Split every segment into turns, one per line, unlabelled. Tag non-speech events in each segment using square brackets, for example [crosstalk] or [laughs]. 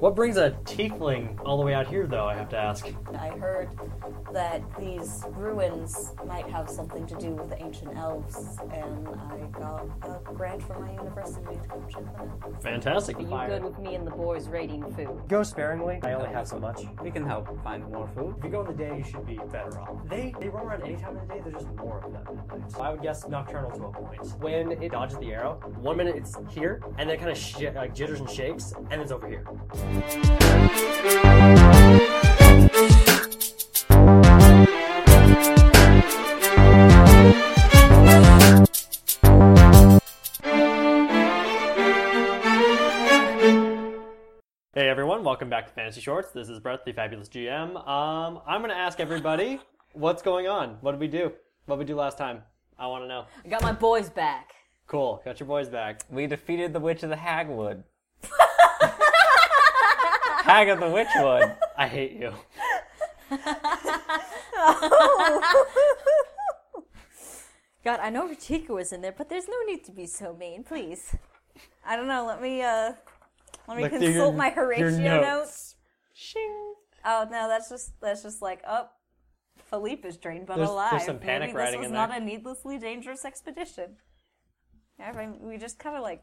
What brings a tiefling all the way out here, though? I have to ask.
I heard that these ruins might have something to do with the ancient elves, and I got a grant from my university to come check them out.
Fantastic.
Are you
Fire.
good with me and the boys raiding food?
Go sparingly. I only have so much.
We can help find more food.
If you go in the day, you should be better off. They they run around any time of the day. There's just more of them at night. So I would guess nocturnal to a point. When it dodges the arrow, one minute it's here, and then kind of sh- like jitters and shakes, and it's over here.
Hey everyone, welcome back to Fantasy Shorts. This is Brett, the fabulous GM. Um, I'm gonna ask everybody what's going on. What did we do? What did we do last time? I want to know.
I got my boys back.
Cool. Got your boys back.
We defeated the Witch of the Hagwood. Hag of the Witchwood.
I hate [laughs] you.
[laughs] God, I know Rachika was in there, but there's no need to be so mean, please. I don't know. Let me uh, let me
Look through
consult
your-
my Horatio
your notes.
Shing. Oh no, that's just that's just like oh, Philippe is drained but
There's-
alive.
there's some panic
Maybe
riding
this was
in
not
there.
a needlessly dangerous expedition. Yeah, I mean, we just kind of like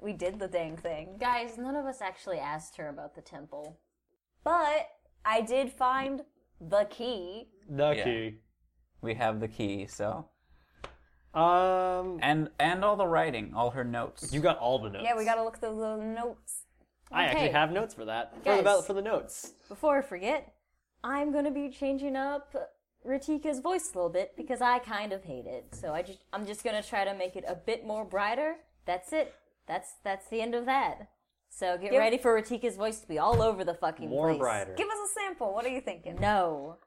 we did the dang thing,
Guys, none of us actually asked her about the temple.
but I did find the key.
The
Yeah.
key.
We have the key, so
Um,
and and all the writing, all her notes.
you got all the notes.
Yeah, we gotta look through the notes.
I actually
Okay.
have notes for that. For the
Guys.
ballot- for the notes.
Before I forget, I'm gonna be changing up Ratika's voice a little bit because I kind of hate it. So I just I'm just gonna try to make it a bit more brighter. That's it. That's that's the end of that. So get
Give-
ready for Ratika's voice to be all over the fucking
More
place.
brighter.
Give us a sample. What are you thinking?
No,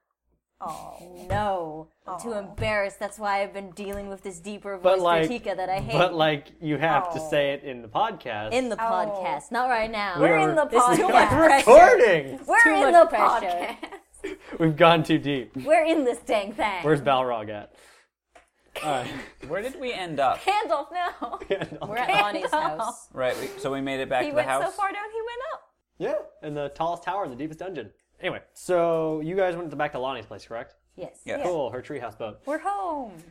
Oh.
no. I'm too embarrassed. That's why I've been dealing with this deeper
But
voice
like-
Ratika that I hate.
But like, you have to
Oh.
say it in the podcast.
in the
Oh.
podcast, not right now.
We're [laughs]
We're in the
This is too much
podcast.
pressure.
recording.
We're
Too
in
much
the
pressure.
podcast.
We've gone too deep.
We're in this dang thing.
Where's Balrog at? [laughs] All right.
Uh, Where did we end up?
Gandalf, no.
We're at Bonnie's house.
Right. We, so we made it back
He
to the
went
house.
so far down, he went up.
Yeah, in the tallest tower in the deepest dungeon. Anyway, so you guys went back to Lonnie's place, correct?
Yes.
Yeah.
Cool, her treehouse boat.
We're home.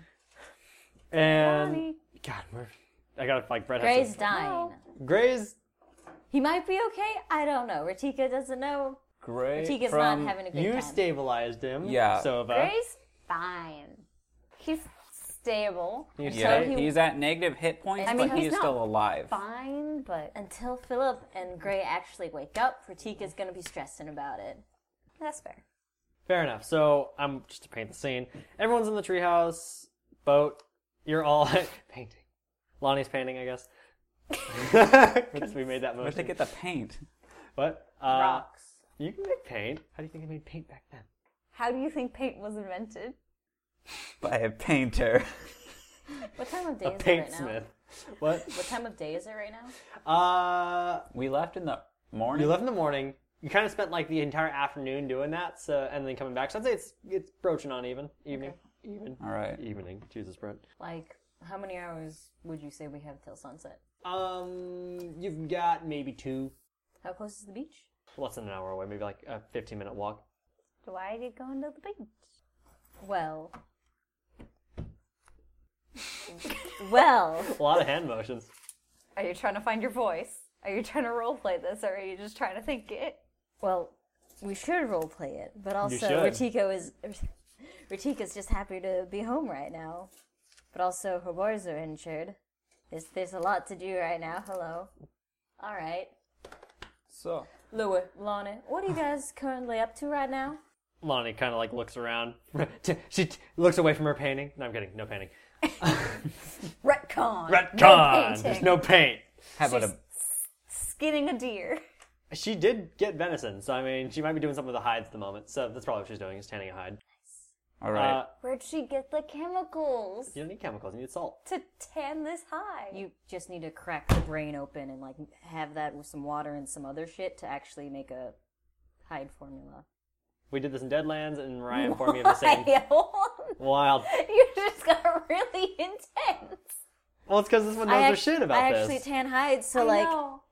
And
Lonnie.
God, we're, I got like Brett.
Gray's
Gray's.
dying.
Gray's.
He might be okay. I don't know. Ratika doesn't know.
Great.
Ratika's
from,
not having a good
You
time.
stabilized him.
Yeah.
Sova.
Gray's fine. He's stable.
You
Yeah,
say-
he-
he's at negative hit points,
I mean,
but
he's
he is
not
still alive.
Fine, but until Philip and Gray actually wake up, Ratika's gonna be stressing about it.
That's fair.
Fair enough. So I'm just to paint the scene. Everyone's in the treehouse boat. You're all [laughs] painting. Lonnie's painting, I guess. [laughs] Because we made that
Where'd they
motion.
get the paint?
What? Uh,
Rocks.
You can make paint. How do you think they made paint back then?
How do you think paint was invented?
By a painter.
What time of day
A
is it right
paintsmith. What?
now? What time of day is it right now?
Uh,
We left in the morning.
you left in the morning. You kind of spent like the entire afternoon doing that, so and then coming back. So I'd say it's it's broaching on even evening, even
All right.
evening. Jesus, Brent.
Like, how many hours would you say we have till sunset?
Um, you've got maybe two,
How close is the beach?
less than an hour away, maybe like a fifteen minute walk.
Do I get going to the beach?
Well. [laughs] well.
A lot of hand motions.
Are you trying to find your voice? Are you trying to roleplay this, or are you just trying to think it?
Well, we should roleplay it, but also
should.
Ratiko is [laughs] Ratika's just happy to be home right now. But also her boys are injured. There's there's a lot to do right now. Hello. All right.
So
Louis, Lana,
[sighs]
what are you guys currently up to right now?
Lonnie kind of like looks around. [laughs] she t- looks away from her painting. No, I'm kidding. No painting.
Retcon.
Retcon. There's
painting.
no paint.
how about a
Skinning a deer.
She did get venison, so I mean, she might be doing something with the hides at the moment. So that's probably what she's doing is tanning a hide.
all right?
Uh,
Where'd she get the chemicals?
you don't need chemicals. You need salt.
To tan this high.
You just need to crack the brain open and like have that with some water and some other shit to actually make a hide formula.
We did this in Deadlands, and Ryan informed me of the
[laughs]
same wild.
you just got [laughs] really intense.
Well, it's because this one knows their
act-
shit about
I
this.
[laughs] actually tan hides, so
I
like
know.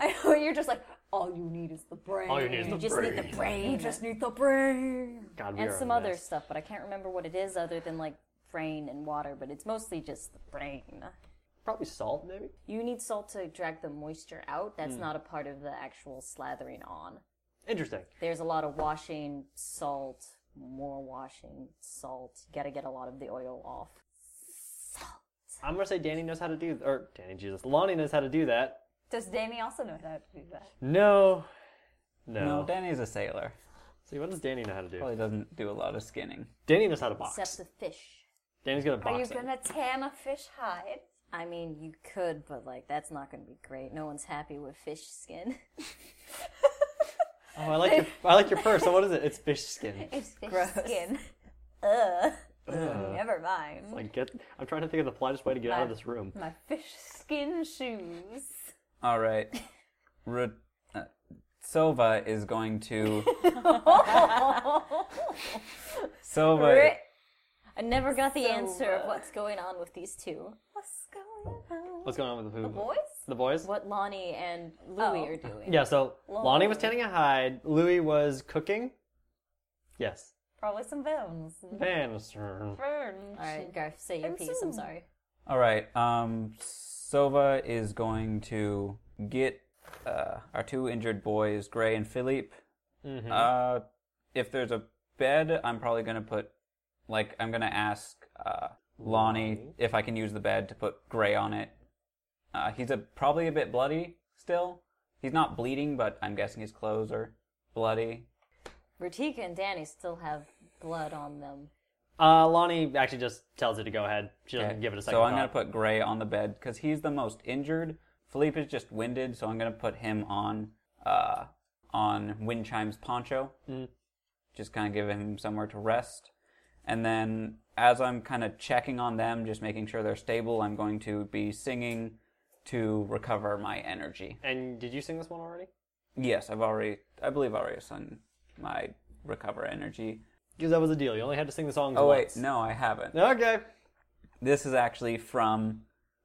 I know you're just like,
all you need is the brain.
All you need is the
just
brain.
need the brain. [laughs]
You just need the brain.
God, we
and
are a
some other
mess.
stuff, but I can't remember what it is other than like brain and water, but it's mostly just the brain.
Probably salt, maybe.
You need salt to drag the moisture out. That's
Hmm.
not a part of the actual slathering on.
Interesting.
There's a lot of washing, salt, more washing, salt. You gotta get a lot of the oil off.
I'm gonna say Danny knows how to do, or Danny Jesus, Lonnie knows how to do that.
Does Danny also know how to do that?
No, no.
No, Danny's a sailor.
See, what does Danny know how to do?
Probably doesn't do a lot of skinning.
Danny knows how to box.
Except the fish.
Danny's gonna box.
Are you
him.
gonna tan a fish hide?
I mean, you could, but like that's not gonna be great. No one's happy with fish skin.
[laughs]
Oh, I like your, I like your purse. So what is it? It's fish skin.
It's fish
Gross.
skin. Ugh. [laughs] Never mind.
[laughs]
Like get. I'm trying to think of the politest way to get out of this room.
My fish skin shoes.
All
[laughs]
right. Ru- uh, Silva is going
[laughs]
to. Silva.
I never got the
So,
answer
uh,
of what's going on with these two.
What's going on?
What's going on with the food?
Boys?
The boys.
What Lonnie and Louie
Oh.
are doing.
Yeah. So Lonnie was tanning a hide. Louis was cooking. Yes.
Probably some bones.
Pans.
All
Burns.
right, Garth, say your
And
piece. I'm
so-
sorry.
All right. Um, Silva is going to get uh, our two injured boys, Gray and Philippe. Uh, if there's a bed, I'm probably going to put. Like, I'm going to ask uh, Lonnie if I can use the bed to put Gray on it. Uh, he's a, probably a bit bloody still. He's not bleeding, but I'm guessing his clothes are bloody.
Rutika and Danny still have blood on them.
Uh, Lonnie actually just tells her to go ahead. She doesn't
Okay,
give it a second.
So I'm gonna
thought.
put Gray on the bed because he's the most injured. Philippe is just winded, so I'm gonna put him on uh, on Wind Chime's poncho.
Mm.
Just kind of give him somewhere to rest. And then as I'm kind of checking on them, just making sure they're stable, I'm going to be singing to recover my energy.
And did you sing this one already?
Yes, I've already, I believe, I already sung my recover energy.
Because that was the deal. You only had to sing the songs
Oh wait,
once.
no, I haven't.
Okay.
This is actually from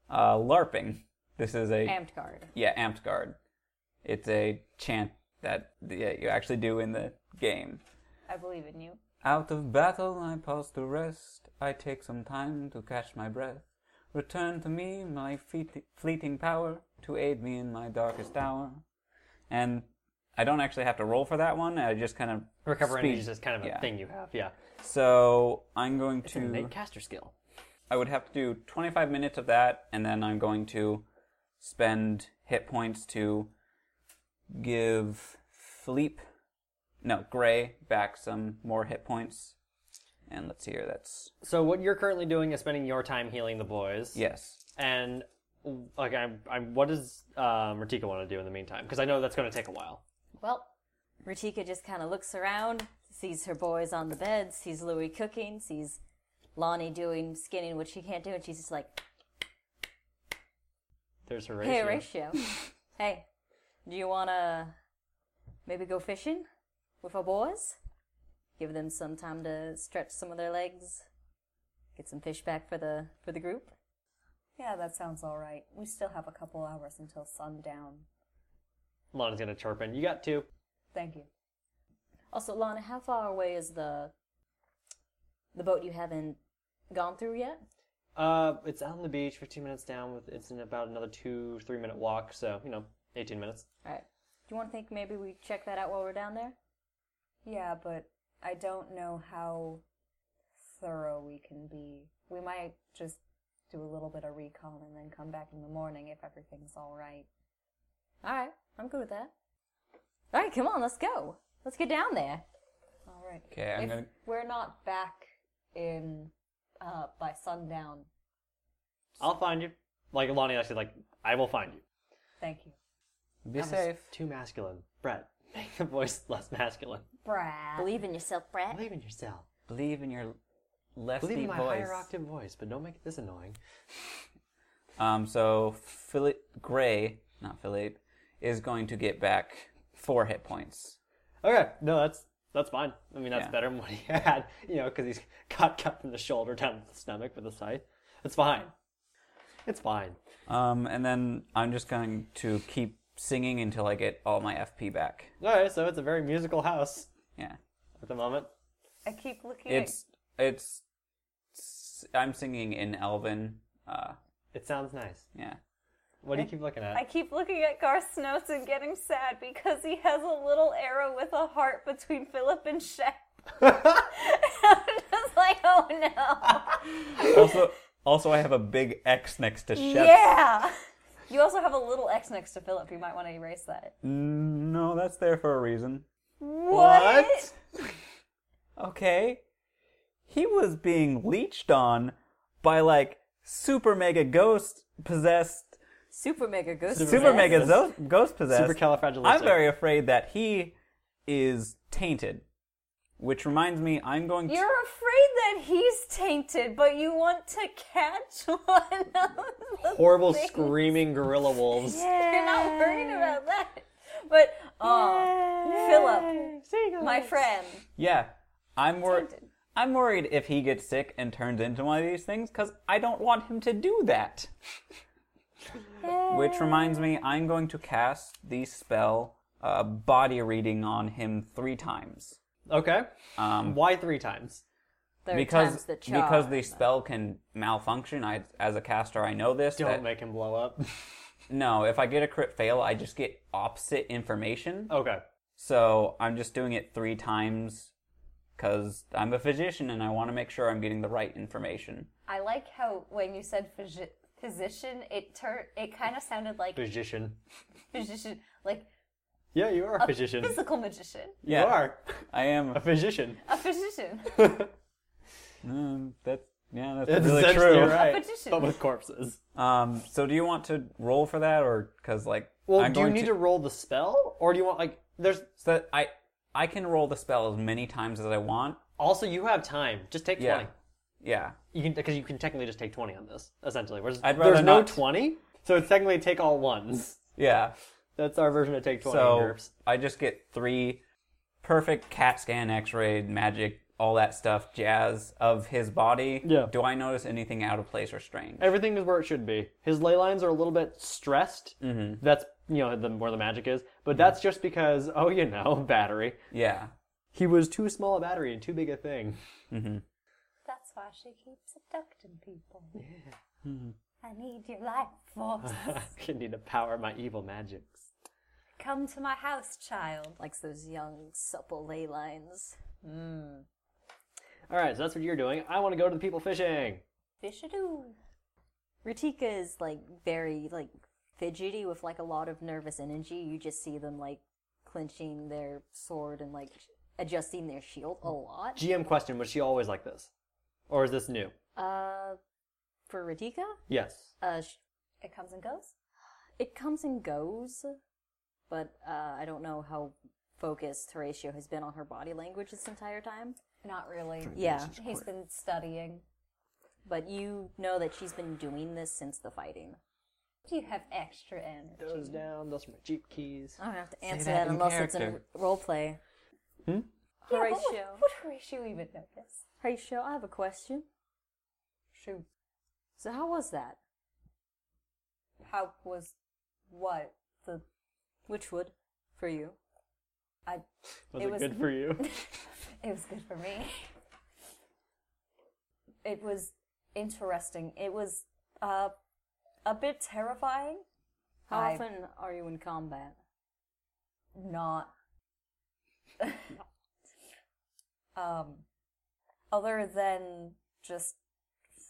uh, LARPing. This is a
Amped guard.
Yeah, amped guard. It's a chant that yeah, you actually do in the game.
I believe in you.
Out of battle, I pause to rest. I take some time to catch my breath. Return to me my fleet- fleeting power to aid me in my darkest hour. And I don't actually have to roll for that one. I just kind of
Recover energy
speed.
is just kind of a
Yeah.
thing you have. Yeah.
So I'm going to.
Innate caster skill.
I would have to do 25 minutes of that, and then I'm going to spend hit points to give Philippe, no, Gray, back some more hit points. And let's see here, that's,
So what you're currently doing is spending your time healing the boys.
yes.
And like, I'm, I'm, what does um, Ratika want to do in the meantime? Because I know that's going to take a while.
Well, Rutika just kind of looks around, sees her boys on the bed, sees Louie cooking, sees Lonnie doing skinning, which she can't do, and she's just like,
There's Horatio.
hey, Horatio, hey, do you want to maybe go fishing with our boys? Give them some time to stretch some of their legs, get some fish back for the for the group.
Yeah, that sounds all right. We still have a couple hours until sundown.
Lana's going to chirp in. You got two.
Thank you.
Also, Lana, how far away is the the boat you haven't gone through yet?
Uh, it's out on the beach, 15 minutes down. With It's in about another two, three minute walk. So, you know, 18 minutes.
All right. Do you want to think maybe we check that out while we're down there?
Yeah, but I don't know how thorough we can be. We might just do a little bit of recon and then come back in the morning if everything's all right.
All right. I'm good with that. All right, come on, let's go. Let's get down there.
All right.
Okay, I'm
if
gonna-
we're not back in uh, by sundown,
I'll find you. Like, Lonnie actually, like, I will find you.
thank you,
Be
That was
safe.
Too masculine. Brett, make the voice [laughs] less masculine.
Brad.
Believe in yourself, Brad. [laughs]
Believe in yourself.
Believe in your lefty
Believe in my
voice.
higher octave voice, but don't make it this annoying.
Um, so Philip Gray, not Philippe, is going to get back four hit points.
Okay, no, that's that's fine. I mean, that's
Yeah.
better than what he [laughs] had, you know, because he's got cut from the shoulder down to the stomach with a scythe. It's fine. It's fine.
Um, and then I'm just going to keep singing until I get all my FP back.
All right, so it's a very musical house
Yeah.
at the moment.
I keep looking
It's it's s- I'm singing in Elven. Uh,
It sounds nice.
yeah.
What do you keep looking
at I
at?
keep looking at Garth's notes and getting sad because he has a little arrow with a heart between Philip and
[laughs]
Shep. [laughs] I'm just like, oh no.
Also, also I have a big X next to Shep.
Yeah. [laughs] You also have a little X next to Philip. You might want to erase that.
No, that's there for a reason.
What?
Okay. He was being leached on by like super mega ghost possessed,
Super mega ghost.
super mega zo- ghost possessed.
Supercalifragilistic.
I'm very afraid that he is tainted. Which reminds me, I'm going to.
You're afraid that he's tainted, but you want to catch one of the
[laughs] Horrible
things.
screaming gorilla wolves.
You're not worried about that. But, oh, Philip, my friend.
Yeah, I'm worried.
Tainted.
I'm worried if he gets sick and turns into one of these things because I don't want him to do that. Which reminds me, I'm going to cast the spell uh, Body Reading on him three times
Okay. Why three times?
Third time's
because
the charm.
because the spell can malfunction. I, as a caster, I know this.
Don't
that-
make him blow up.
no, if I get a crit fail, I just get opposite information.
[laughs] okay.
So I'm just doing it three times because I'm a physician and I want to make sure I'm getting the right information.
I like how when you said physi- physician, it tur- it kind of sounded like
Magician.
physician, like
Yeah, you are a physician.
physical magician,
Yeah,
You are
I am.
a physician.
a physician.
Mm, that's yeah,
[laughs] That's
that's really
essentially
true.
right.
physician.
But with corpses.
Um, so do you want to roll for that, or because like
Well,
I'm
do you
going
need to... roll the spell, or do you want like there's
So that I I can roll the spell as many times as I want.
also you have time. Just take
Yeah,
twenty.
yeah.
You can because you can technically just take twenty on this. Essentially, Whereas
I'd rather
there's no
not.
twenty, so it's technically take all ones.
Yeah.
That's our version of take twenty.
So
GURPS.
I just get three perfect CAT scan, X-ray, magic, all that stuff, jazz of his body.
Yeah.
Do I notice anything out of place or strange?
Everything is where it should be. His ley lines are a little bit stressed. Mm-hmm. That's you know the, where the magic is,
Mm-hmm.
but that's just because oh you know [laughs] battery.
Yeah.
He was too small a battery and too big a thing. [laughs]
That's why she keeps abducting people. I need your life force.
I need to power my evil magics.
Come to my house, child.
likes those young supple ley lines.
All right, so that's what you're doing. I want to go to the people fishing.
Fishadoo.
Ritika is like very like fidgety with like a lot of nervous energy. You just see them like clenching their sword and like adjusting their shield a lot.
GM question: Was she always like this, or is this new?
Uh, for Ritika,
Yes.
uh, sh-
It comes and goes.
it comes and goes, but uh, I don't know how focused Horatio has been on her body language this entire time.
Not really.
Yeah,
He's been studying.
but you know that she's been doing this since the fighting.
Do you have extra energy?
Those down. Those are my jeep keys.
I don't have to answer
that
that,
in
unless it's
character.
in roleplay. Hmm?
Yeah,
Horatio.
what would, would Horatio even notice?
Horatio, I have a question.
Shoot.
So how was that?
How was what the?
Which would, for you?
I.
Was
It
it,
was-
good for you?
It was good for me. It was interesting. It was uh, a bit terrifying.
How
I-
often are you in combat?
Not. [laughs] um, other than just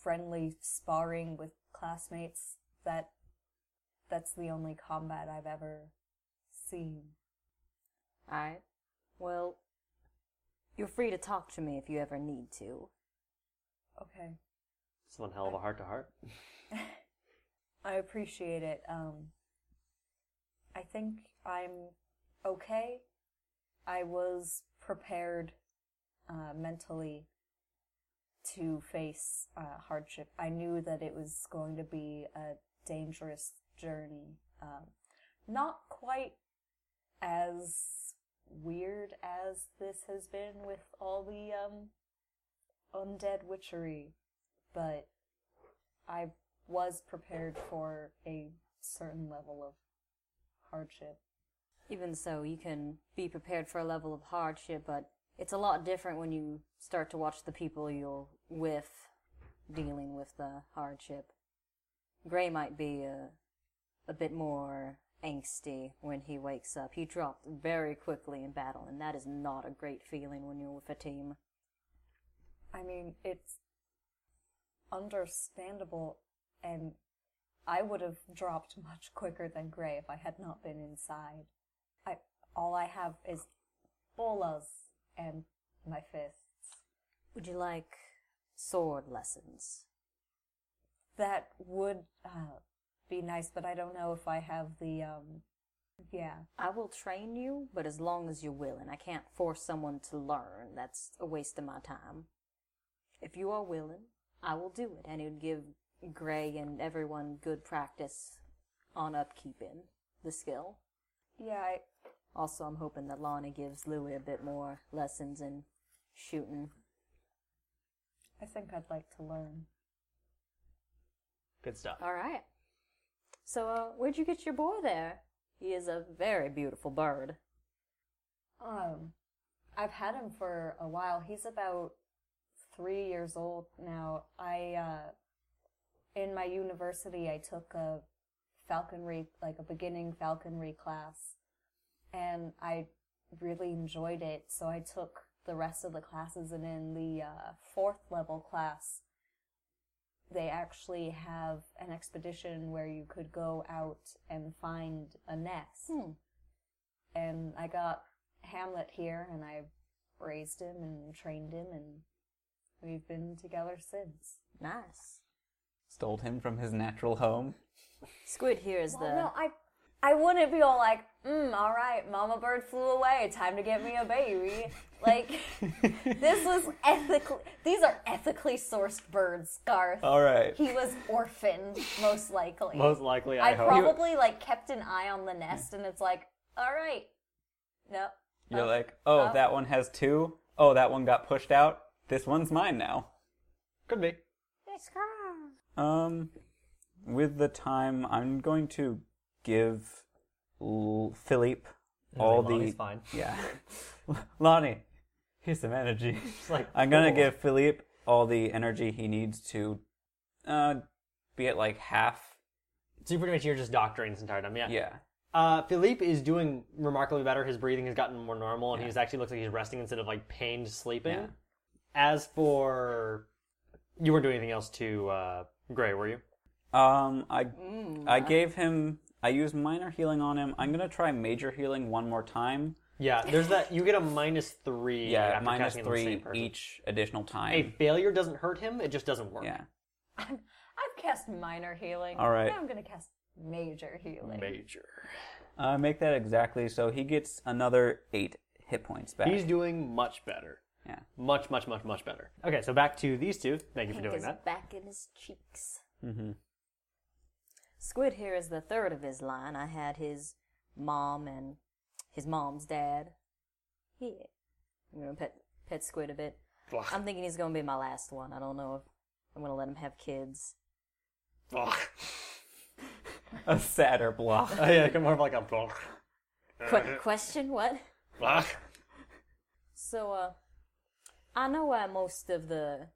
friendly sparring with classmates, that that's the only combat I've ever seen.
Alright. Well, you're free to talk to me if you ever need to.
Okay.
It's one hell of a heart to heart.
I appreciate it. Um, I think I'm okay. I was prepared uh, mentally to face uh, hardship. I knew that it was going to be a dangerous journey. Um, not quite as weird as this has been with all the um, undead witchery, but I was prepared for a certain level of hardship.
Even so, you can be prepared for a level of hardship, but it's a lot different when you start to watch the people you're with dealing with the hardship. Gray might be a, a bit more angsty when he wakes up. He dropped very quickly in battle, and that is not a great feeling when you're with a team.
I mean, it's understandable, and I would have dropped much quicker than Gray if I had not been inside. I all I have is bolas and my fists.
Would you like sword lessons?
That would uh, be nice, but I don't know if I have the um, yeah.
I will train you, but as long as you're willing. I can't force someone to learn. That's a waste of my time. If you are willing, I will do it, and it would give Gray and everyone good practice on upkeeping the skill.
Yeah, I,
Also, I'm hoping that Lana gives Louis a bit more lessons in shooting.
I think I'd like to learn.
Good stuff.
All right. So, uh, where'd you get your boy there? He is a very beautiful bird.
Um, I've had him for a while. He's about three years old now. I, uh, in my university, I took a falconry, like a beginning falconry class, and I really enjoyed it. So I took the rest of the classes, and in the uh, fourth level class, they actually have an expedition where you could go out and find a nest and I got Hamlet here, and I raised him and trained him, and we've been together since.
Nice.
Stole him from his natural home.
Squid here is the.
no, I, I wouldn't be all like, mm, all right, Mama Bird flew away, time to get me a baby. like, this was ethically. These are ethically sourced birds, Garth.
All right.
He was orphaned, most likely.
Most likely, I,
I
hope.
probably like kept an eye on the nest, and it's like, all right, no.
You're like, oh, that one has two. Oh, that one got pushed out. This one's mine now.
Could be.
Um, with the time, I'm going to give L- Philippe all
Lonnie's
the
fine. [laughs]
yeah, [laughs] Lonnie. Here's some energy.
like,
I'm gonna
oh.
give Philippe all the energy he needs to, uh, be at like half.
So you pretty much you're just doctoring this entire time. Yeah.
Yeah,
Uh, Philippe is doing remarkably better. His breathing has gotten more normal, and he's actually looks like he's resting instead of like pained sleeping.
Yeah.
As for you weren't doing anything else to uh, Gray, were you?
Um, I
Mm,
I gave him. I used minor healing on him. I'm gonna try major healing one more time.
Yeah. There's that. You get a minus three.
Yeah,
after
minus
casting on the same
three
person.
each additional
A
time.
failure doesn't hurt him. It just doesn't work.
Yeah.
I've cast minor healing.
All right.
Now I'm gonna cast major healing.
Major.
Uh, make that exactly so he gets another eight hit points back.
He's doing much better.
Yeah.
Much, much, much, much better. Okay, so back to these two. Thank you for
Pink
doing
is
that.
back in his cheeks. Mm-hmm. Squid here is the third of his line. I had his mom and his mom's dad. Here, I'm gonna pet pet Squid a bit.
Blah,
I'm thinking he's gonna be my last one. I don't know if I'm gonna let him have kids.
blah.
a sadder block.
[laughs] Oh, yeah, come more of like a blah, Uh-huh.
Qu- question what?
blah.
So, uh, I know why most of the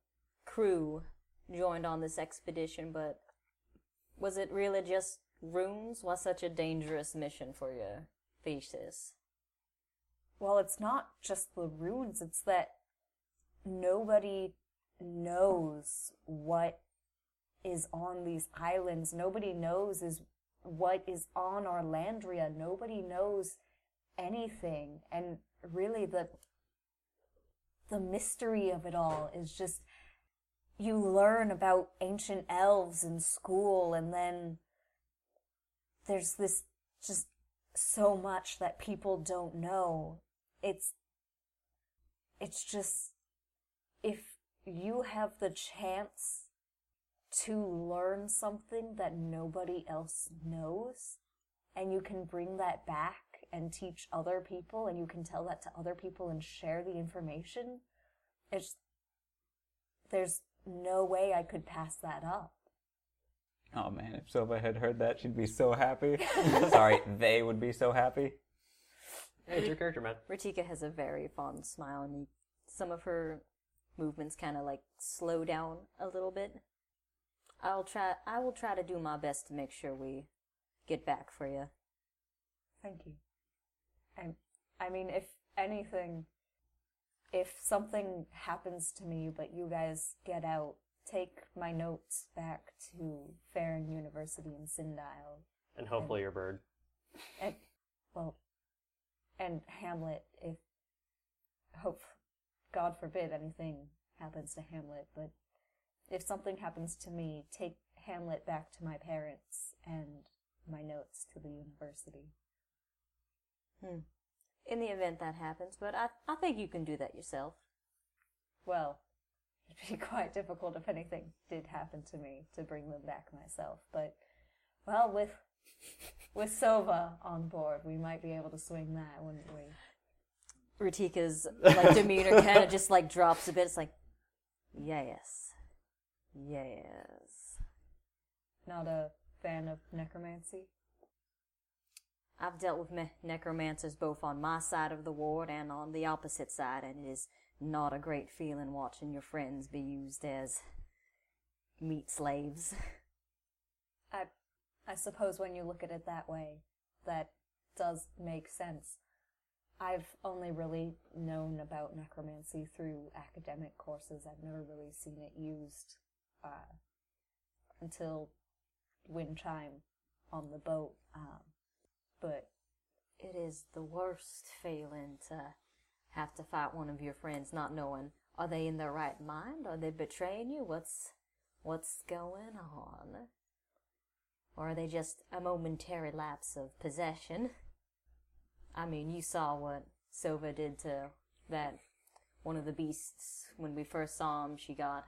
crew joined on this expedition, but was it really just runes? Why such a dangerous mission for your thesis?
Well, it's not just the runes, it's that nobody knows what is on these islands. Nobody knows is what is on Orlandria. Nobody knows anything. And really the the mystery of it all is just you learn about ancient elves in school and then there's this just so much that people don't know. It's it's just if you have the chance to learn something that nobody else knows and you can bring that back and teach other people and you can tell that to other people and share the information it's there's no way I could pass that up.
Oh man, if Silva had heard that, she'd be
[laughs]
so happy. Sorry, they would be so happy.
Hey, it's your character, man.
Ritika has a very fond smile, and you- some of her movements kind of like slow down a little bit. I'll try. I will try to do my best to make sure we get back for you.
Thank you. I, I mean, if anything, if something happens to me, but you guys get out, take my notes back to Farron University in Sindile,
And hopefully your bird.
and well, and Hamlet. If hope, God forbid, anything happens to Hamlet, but if something happens to me, take Hamlet back to my parents and my notes to the university.
Hmm. In the event that happens, but I, I think you can do that yourself.
Well, it'd be [laughs] quite difficult if anything did happen to me to bring them back myself. But well, with with Sova on board, we might be able to swing that, wouldn't we?
[laughs]
Ritika's like demeanor kind of just like drops a bit. It's like, yes, yes.
Not a fan of necromancy.
I've dealt with me- necromancers both on my side of the ward and on the opposite side, and it is not a great feeling watching your friends be used as meat slaves.
[laughs] I I suppose when you look at it that way, that does make sense. I've only really known about necromancy through academic courses. I've never really seen it used uh, until wind chime on the boat. Um, but
It is the worst feeling to have to fight one of your friends, not knowing are they in their right mind, are they betraying you? What's what's going on? Or are they just a momentary lapse of possession? I mean, you saw what Sova did to that one of the beasts when we first saw him. She got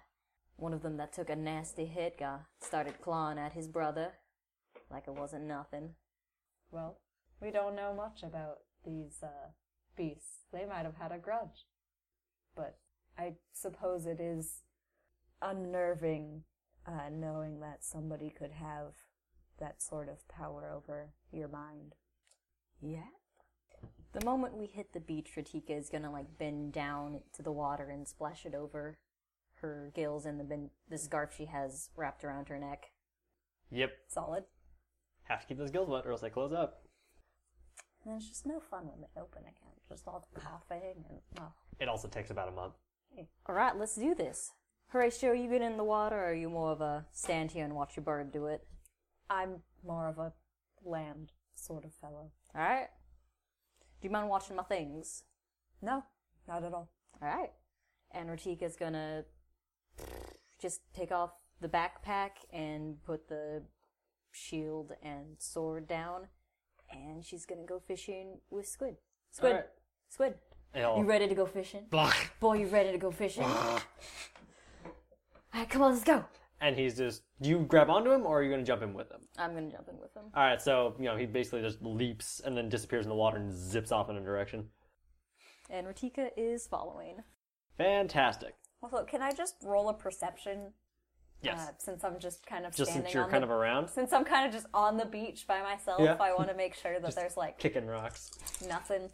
one of them that took a nasty hit, got started clawing at his brother like it wasn't nothing.
well, we don't know much about these uh, beasts. They might have had a grudge, but I suppose it is unnerving uh, knowing that somebody could have that sort of power over your mind.
Yeah. The moment we hit the beach, Ratika is gonna like bend down to the water and splash it over her gills and the ben- the scarf she has wrapped around her neck.
Yep.
Solid.
Have to keep those gills wet or else they close up.
And it's just no fun when they open again. Just all the coughing and oh,
It also takes about a month.
All right, let's do this. Horatio, you get in the water, or are you more of a stand here and watch your bird do it?
I'm more of a land sort of fellow.
All right. Do you mind watching my things?
No, not at all.
All right. And Ratika's gonna just take off the backpack and put the shield and sword down, and she's gonna go fishing with Squid. Squid,
All right.
Squid, you ready to go fishing? Boy, you ready to go fishing? [gasps] All right, come on, let's go.
And he's just, do you grab onto him or are you going to jump in with him?
I'm gonna jump in with him.
All right, so, you know, he basically just leaps and then disappears in the water and zips off in a direction.
And Ratika is following.
Fantastic.
Also, can I just roll a perception?
Yes.
Uh, since I'm just kind of
just
standing
since you're
on
kind
the,
of around,
since I'm kind of just on the beach by myself,
Yeah.
I want to make sure that there's like
kicking rocks.
nothing.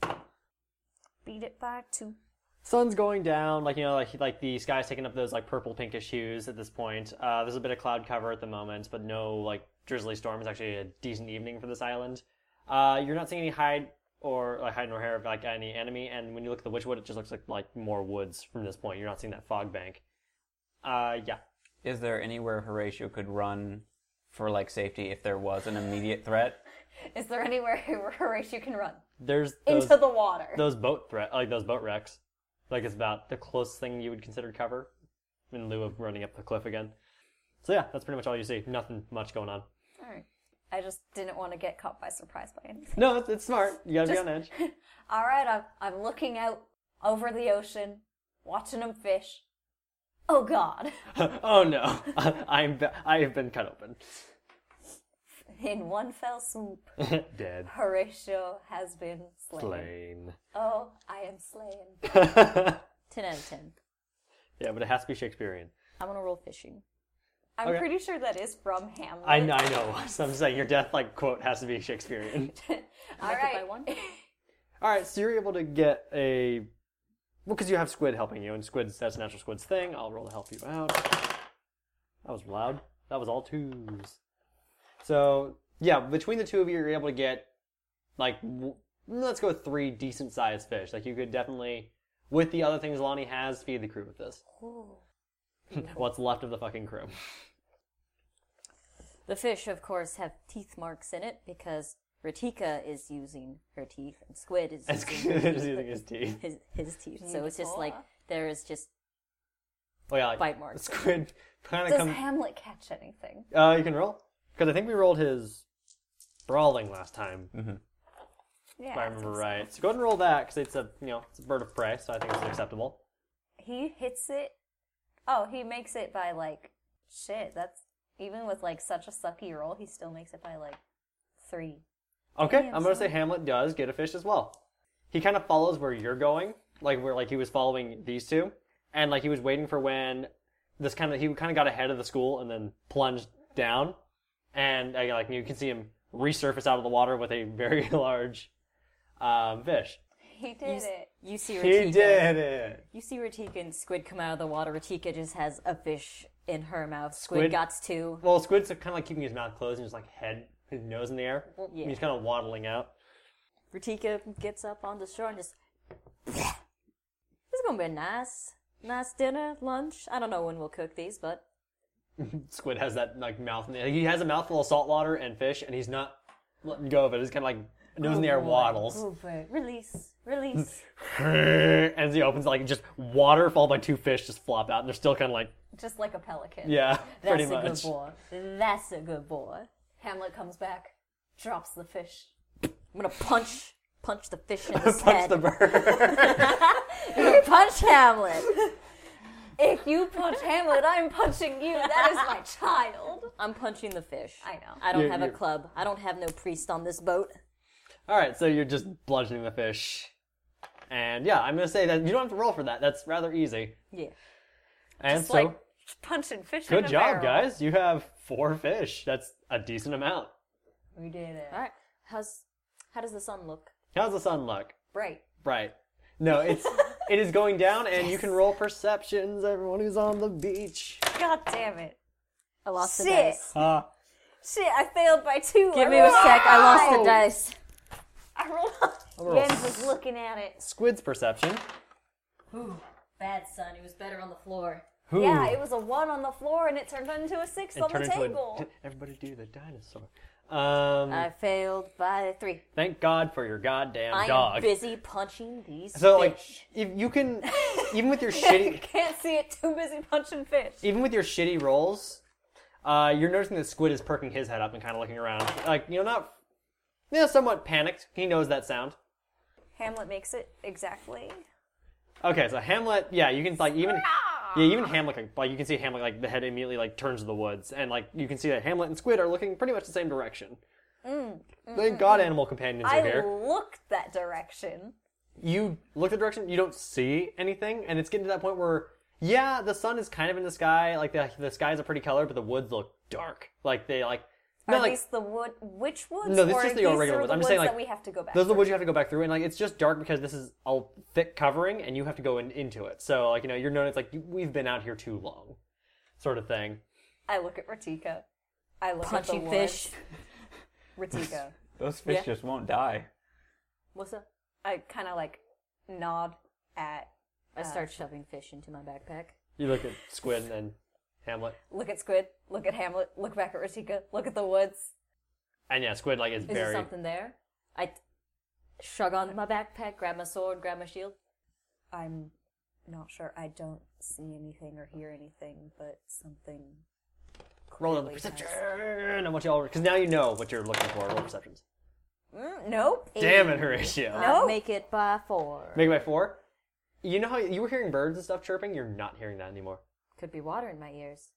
Beat it by two.
sun's going down like you know like like the sky's taking up those like purple pinkish hues at this point uh, there's a bit of cloud cover at the moment but no like drizzly storm it's actually a decent evening for this island uh, you're not seeing any hide or like hide nor hair of like any enemy and when you look at the witchwood it just looks like like more woods from this point you're not seeing that fog bank uh yeah
Is there anywhere Horatio could run for like safety if there was an immediate threat?
Is there anywhere [laughs] where Horatio can run
there's those,
into the water?
those boat threat like those boat wrecks like it's about the closest thing you would consider cover in lieu of running up the cliff again so yeah that's pretty much all you see nothing much going on
All right. I just didn't want to get caught by surprise by anything.
No, it's, it's smart. You gotta be on edge.
All right, I'm I'm looking out over the ocean, watching them fish. Oh God! [laughs]
[laughs] oh no, I'm be- I have been cut open. [laughs]
In one fell swoop,
Dead.
Horatio has been
[laughs]
slain.
Plain.
Oh, I am
[laughs]
slain.
yeah,
Ten out of ten.
but it has to be Shakespearean.
I'm gonna roll fishing.
I'm
Okay.
pretty sure that is from Hamlet.
I, kn- I know. [laughs] So I'm saying your death like quote has to be Shakespearean.
All
Connected by
right.
[laughs] one.
All right, so you're able to get a well because you have Squid helping you, and Squid's that's natural Squid's thing. I'll roll to help you out. That was loud. That was all twos. So yeah, between the two of you, you're able to get like w- let's go with three decent sized fish. Like you could definitely with the other things Lonnie has feed the crew with this.
Oh.
[laughs] What's left of the fucking crew?
The fish, of course, have teeth marks in it because Ratika is using her teeth and Squid is
[laughs] As
using,
good as using his teeth.
his, his teeth. So it's just like
Beautiful.
there is just
Oh yeah, like,
Bite marks.
Squid kind of
Does
comes.
Hamlet catch anything?
Uh, you can roll because I think we rolled his brawling last time,
Yeah.
if I remember right. So go ahead and roll that because it's a you know it's a bird of prey, so I think it's acceptable.
He hits it. Oh, he
[laughs]
makes it by like shit. That's even with like such a sucky roll, he still makes it by like three.
Okay, I'm gonna say Hamlet does get a fish as well. He kind of follows where you're going, like where like he was following these two, and like he was waiting for when this kind of he kind of got ahead of the school and then plunged down, and uh, like you can see him resurface out of the water with a very [laughs] large um, fish.
He did it.
you see Ratika.
He did it.
You see Ratika and Squid come out of the water. Ratika just has a fish in her mouth. Squid,
Squid-
gots two.
Well, Squid's kind of like keeping his mouth closed and just like head, his nose in the air.
yeah.
And he's kind of waddling out.
Ratika gets up on the shore and just. [laughs] This is gonna be a nice, nice dinner, lunch. I don't know when we'll cook these, but
Squid has that like mouth in the air. He has a mouthful of salt water and fish, and he's not letting go of it. He's kind of like nose in
Oh,
the air waddles,
Oh,
Over. Release. Release.
[laughs] and as he opens like just water followed by two fish just flop out, and they're still kind of like
Just like a pelican.
yeah, [laughs]
That's
pretty
a
much.
good boy. That's a good boy. Hamlet comes back, drops the fish.
I'm gonna punch, punch the
[laughs]
fish in his
Punch
head.
the bird.
I'm gonna punch Hamlet.
If you punch Hamlet, I'm punching you. That is my child.
I'm punching the fish.
I know.
I don't
You-
have a
you-
club. I don't have no priest on this boat.
All right, so you're just bludgeoning the fish, and yeah, I'm gonna say that you don't have to roll for that. That's rather easy.
Yeah.
And
It's
so,
like punching fish. in
good
a
job,
barrel.
guys. You have four fish. That's a decent amount.
We did it.
All right. How's how does the sun look?
How's the sun look?
Right.
Right. No,
[laughs]
it's it is going down, and you can roll perceptions. Everyone who's on the beach.
God damn it.
I lost the
Shit.
dice.
Uh,
Shit, I failed by two.
Give me a sec. I lost the
dice.
dice.
I rolled. Jens was looking at it.
Squid's perception.
Ooh, bad son. It was better on the floor.
Who?
Yeah, it was a one on the floor and it turned into a six
It
on the
turned into a-
table.
[laughs] everybody do the dinosaur. Um,
I failed by three.
thank God for your goddamn
Uh, I am
dog.
busy punching these
so like,
fish.
if you
[laughs]
can, even with your
you
shitty,
can't see it. Too busy punching fish.
even with your shitty rolls, uh, you're noticing that Squid is perking his head up and kind of looking around, like you know, not, you know, somewhat panicked. He knows that sound.
Hamlet makes it exactly.
Okay, so Hamlet, yeah, you can like even yeah, even Hamlet like, like you can see Hamlet like the head immediately like turns to the woods, and like you can see that Hamlet and Squid are looking pretty much the same direction. Thank God, animal companions
Mm, mm-hmm. I
are here.
looked that direction.
You look the direction, you don't see anything, and it's getting to that point where yeah, the sun is kind of in the sky, like the the sky's a pretty color, but the woods look dark, like they like
Are
no like.
these the wood? Which woods?
No, this
or
is just the
these
regular
are
woods.
The
I'm just saying,
woods
like,
that we have to go back.
Those are the
[laughs]
woods you have to go back through, and like it's just dark because this is a thick covering, and you have to go in, into it. So like you know, you're known it's like you- we've been out here too long, sort of thing.
I look at Ratika. I look at
Punching
the
fish.
woods. Ratika.
Those fish
Yeah.
just won't die.
What's up?
I kind of like nod at
I start shoving fish into my backpack.
You look at Squid and then Hamlet.
look at Squid, look at Hamlet, look back at Ratika, look at the woods.
And yeah, Squid like is
Is there
very
something there? I t- shrug on my backpack, grab my sword, grab my shield.
I'm not sure. I don't see anything or hear anything, but something.
roll another
clearly
perception.
has-
I want you all because now you know what you're looking for. Roll perceptions.
Mm, nope.
Damn it, Horatio.
I
No.
Make it by four.
Make it by four. You know how you were hearing birds and stuff chirping? You're not hearing that anymore.
Could be water in my ears.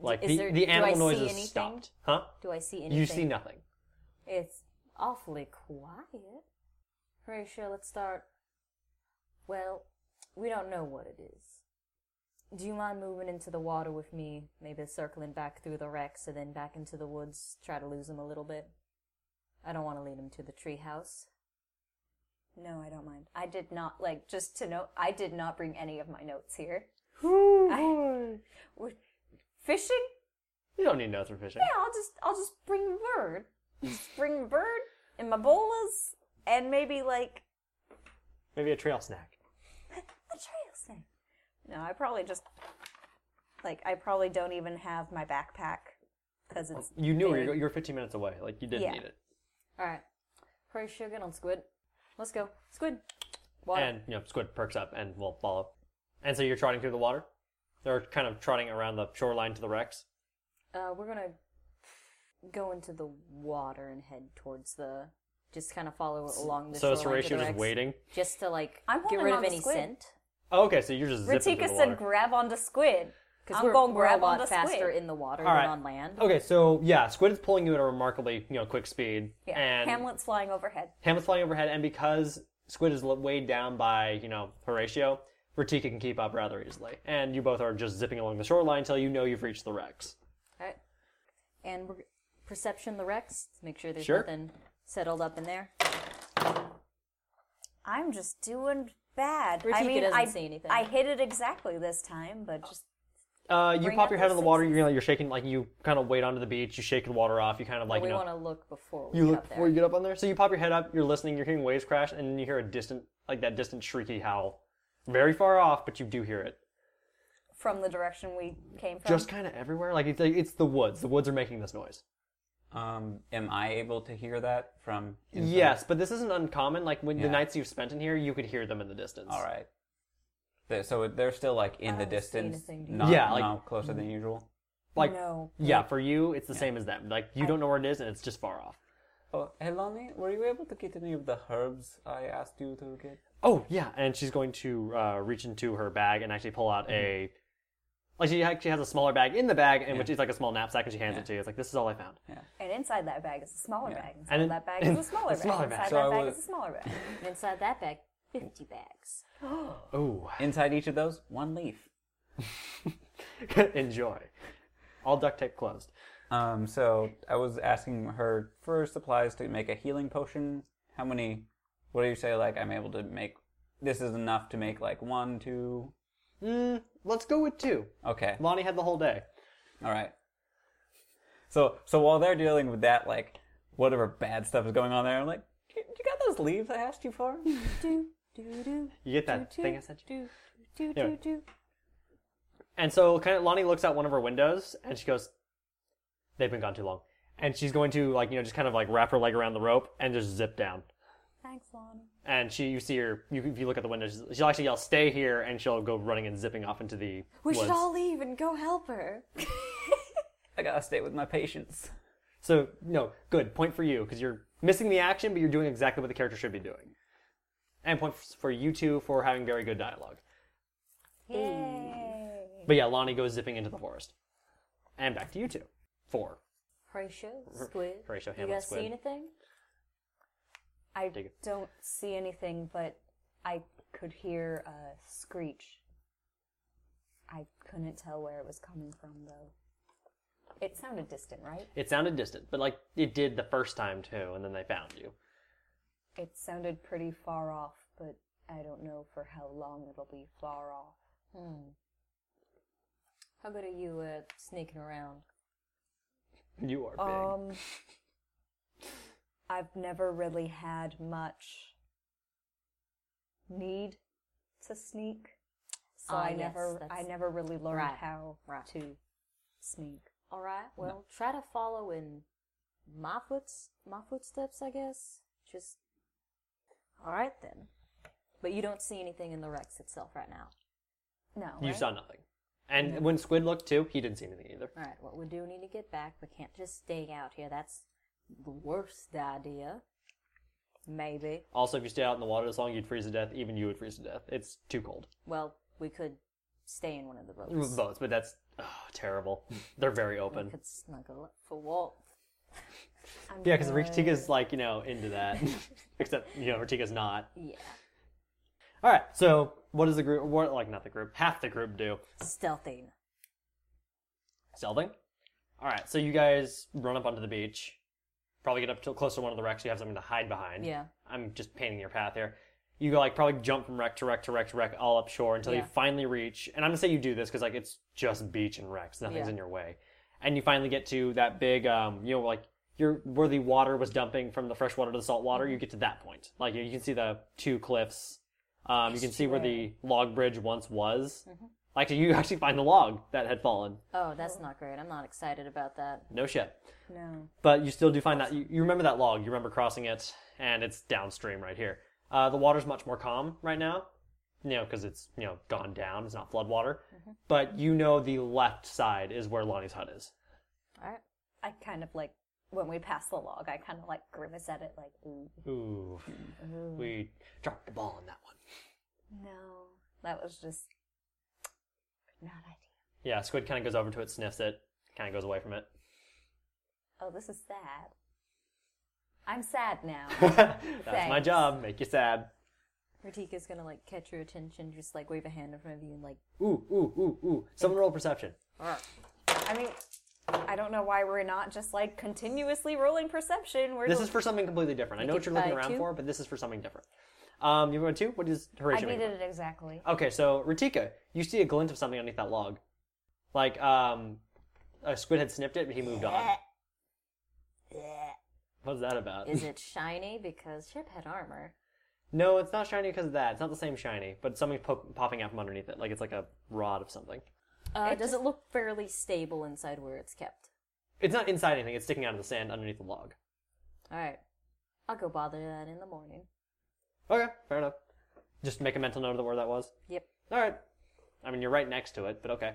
Like
Is
the,
there-
the
do
animal
I see
noises
anything?
stopped. Huh?
Do I see anything?
You see nothing.
It's awfully quiet. Horatio, let's start. Well, we don't know what it is. Do you mind moving into the water with me? Maybe circling back through the wrecks and then back into the woods, try to lose him a little bit. I don't want to lead him to the treehouse.
No, I don't mind. I did not like just to note. I did not bring any of my notes here. I- We're- fishing?
You don't need notes for fishing.
Yeah, I'll just I'll just bring the bird. Just bring the bird and my bolas and maybe like
Maybe a trail snack.
a trail snack. No, I probably just like I probably don't even have my backpack because it's
You knew
big.
you were, you were 15 minutes away. Like you didn't
Yeah.
need it.
All right. Hurry, sugar, get on Squid. Let's go. Squid. Water.
And you know, Squid perks up and will follow. And so you're trotting through the water. They're kind of trotting around the shoreline to the wrecks.
Uh, we're gonna go into the water and head towards the. Just kind of follow it along the
so
shoreline to the
Horatio just
wrecks,
waiting.
just to like
I'm
get
holding
rid
on
of
to
any
Squid.
scent.
Oh, okay. So you're just zipping
Ratika
through the water.
said grab onto squid.
Because
I'm
we're,
gonna
we're
grab
a lot
onto
faster
Squid.
in the water
All right. Oh.
than on land.
Okay, so yeah, Squid is pulling you at a remarkably you know quick speed.
Yeah.
And
Hamlet's flying overhead.
Hamlet's flying overhead, and because Squid is l- weighed down by you know Horatio, Ratika can keep up rather easily. And you both are just zipping along the shoreline until you know you've reached the wrecks.
All right. And we're, perception the wrecks. Make sure there's
Sure.
nothing settled up in there.
I'm just doing bad. I
Ratika
mean,
doesn't
I,
see anything.
I hit it exactly this time, but just
Uh, you
Bring
pop
up
your head
the
in the water. You're, you know, you're shaking like you kind of wade onto the beach. You shake the water off. You kind of like
we
you know
want to look before we
You
get
look
up
before
there.
you get up on there. So you pop your head up, you're listening, you're hearing waves crash, and then you hear a distant, like that distant shrieky howl. Very far off, but you do hear it.
from the direction we came from.
Just kind of everywhere. Like it's, it's the woods. The woods are making this noise.
Um, am I able to hear that from? inside?
Yes, but this isn't uncommon. Like when the
Yeah.
nights you've spent in here, you could hear them in the distance.
All right. They- So they're still like in the
don't see
distance,
anything, do you? Mm-hmm.
not,
Yeah, like-
not closer than usual.
Like
no.
yeah, for you, it's the same as them. Like you don't know where it is, and it's just far off.
Oh, Elani, were you able to get any of the herbs I asked you to get?
Oh yeah, and she's going to uh, reach into her bag and actually pull out a. Like she actually has a smaller bag in the bag, and which is like a small knapsack, and she hands it to you. It's like this is all I found.
And inside that bag is a smaller bag. Inside
And in-
that
[laughs]
bag is a smaller bag.
smaller bag.
Inside
So
that
I
bag
would-
is a smaller
[laughs]
bag.
And inside that bag, 50 bags.
Oh,
Inside each of those, one leaf.
[laughs] Enjoy. All duct tape closed.
Um, so I was asking her for supplies to make a healing potion. How many? What do you say? Like I'm able to make. This is enough to make like one, two.
Mm, let's go with two.
Okay.
Lonnie had the whole day.
All right. So so while they're dealing with that, like whatever bad stuff is going on there, I'm like, you you got those leaves I asked you for?
Do, do, do.
You get that
do,
thing I sent you?
Do, do, do,
Anyway.
do.
And so kind of Lonnie looks out one of her windows and she goes, They've been gone too long. And she's going to like, you know, just kind of like wrap her leg around the rope and just zip down.
Thanks, Lonnie.
And she you see her you if you look at the window, she's- she'll actually yell, Stay here and she'll go running and zipping off into the
We
woods.
should all leave and go help her.
I gotta stay with my patients.
So no, good point for you because you're missing the action, but you're doing exactly what the character should be doing. And point f- for you two for having very good dialogue. But yeah, Lonnie goes zipping into the forest, and back to you two. Four.
Horatio, Squid.
Horatio,
You
Hamlet,
guys
Squid.
see anything?
I
Dig it.
don't see anything, but I could hear a screech. I couldn't tell where it was coming from, though. It sounded distant, right?
It sounded distant, but like it did the first time too, and then they found you.
It sounded pretty far off, but I don't know for how long it'll be far off.
Hmm. How good are you at sneaking around?
You are big.
Um, I've never really had much need to sneak, so
Ah,
I
yes,
never, I
that's-
never really learned
Right,
how
right.
to sneak.
All right. Well, try to follow in my foots, my footsteps, I guess. Just all right then. But you don't see anything in the Rex itself right now.
No,
you
right?
saw nothing, and when Squid looked too, he didn't see anything either.
All right. Well, we do need to get back. We can't just stay out here. That's the worst idea. Maybe.
Also, if you stayed out in the water this long, you'd freeze to death. Even you would freeze to death. It's too cold.
Well, we could stay in one of the boats.
Boats, but that's ugh, terrible. They're very
We
open.
could snuggle up for warmth.
I'm
Yeah, because
gonna-
Ratika's like you know into that, except you know Ratika's not.
Yeah.
All right, so What does the group, what, like not the group, half the group do?
Stealthing.
Stealthing. All right, so you guys run up onto the beach, probably get up to, close to one of the wrecks. You have something to hide behind.
Yeah.
I'm just painting your path here. You go like probably jump from wreck to wreck to wreck to wreck all up shore until you
Yeah.
finally reach. And I'm gonna say you do this because like it's just beach and wrecks, nothing's
Yeah.
in your way. And you finally get to that big, um, you know, like your where the water was dumping from the fresh water to the salt water. You get to that point, like you, you can see the two cliffs. Um, you can see where the log bridge once was.
Mm-hmm.
Like you [laughs] actually find the log that had fallen.
Oh, that's not great. I'm not excited about that.
No shit.
No.
But you still do find that you, you remember that log. You remember crossing it, and it's downstream right here. Uh, the water's much more calm right now, you know, because it's you know gone down. It's not flood water.
Mm-hmm.
But you know the left side is where Lonnie's hut is.
All right.
I kind of like when we pass the log, I kind of like grimace at it, like, ooh,
Ooh,
Mm-hmm.
we dropped the ball on that one.
no, that was just not idea.
Yeah, Squid kind of goes over to it, sniffs it, kind of goes away from it. [laughs]
Oh, this is sad. I'm sad now.
That's my
Thanks.
job. Make you sad.
Ratika's gonna like catch your attention, just like wave a hand in front of you and like.
Ooh, ooh, oooo, ooh. Someone roll perception.
I mean, I don't know why we're not just like continuously rolling perception. We're
This
just-
is for something completely different. I know what
it
you're looking
by
around
two?
for, but this is for something different. Um, you want two? What is
I
Horatio? make?
needed it exactly.
Okay, so Ratika, you see a glint of something underneath that log. Like, um, a squid had snipped it, but he moved on. What's that about?
Is it shiny? Because Chip had armor.
no, it's not shiny because of that. It's not the same shiny, but something po- popping out from underneath it. Like, it's like a rod of something.
Uh, does it look fairly stable inside where it's kept?
It's not inside anything, it's sticking out of the sand underneath the log.
All right. I'll go bother that in the morning.
Okay, fair enough. Just make a mental note of the word that was.
Yep.
Alright. I mean, you're right next to it, but okay.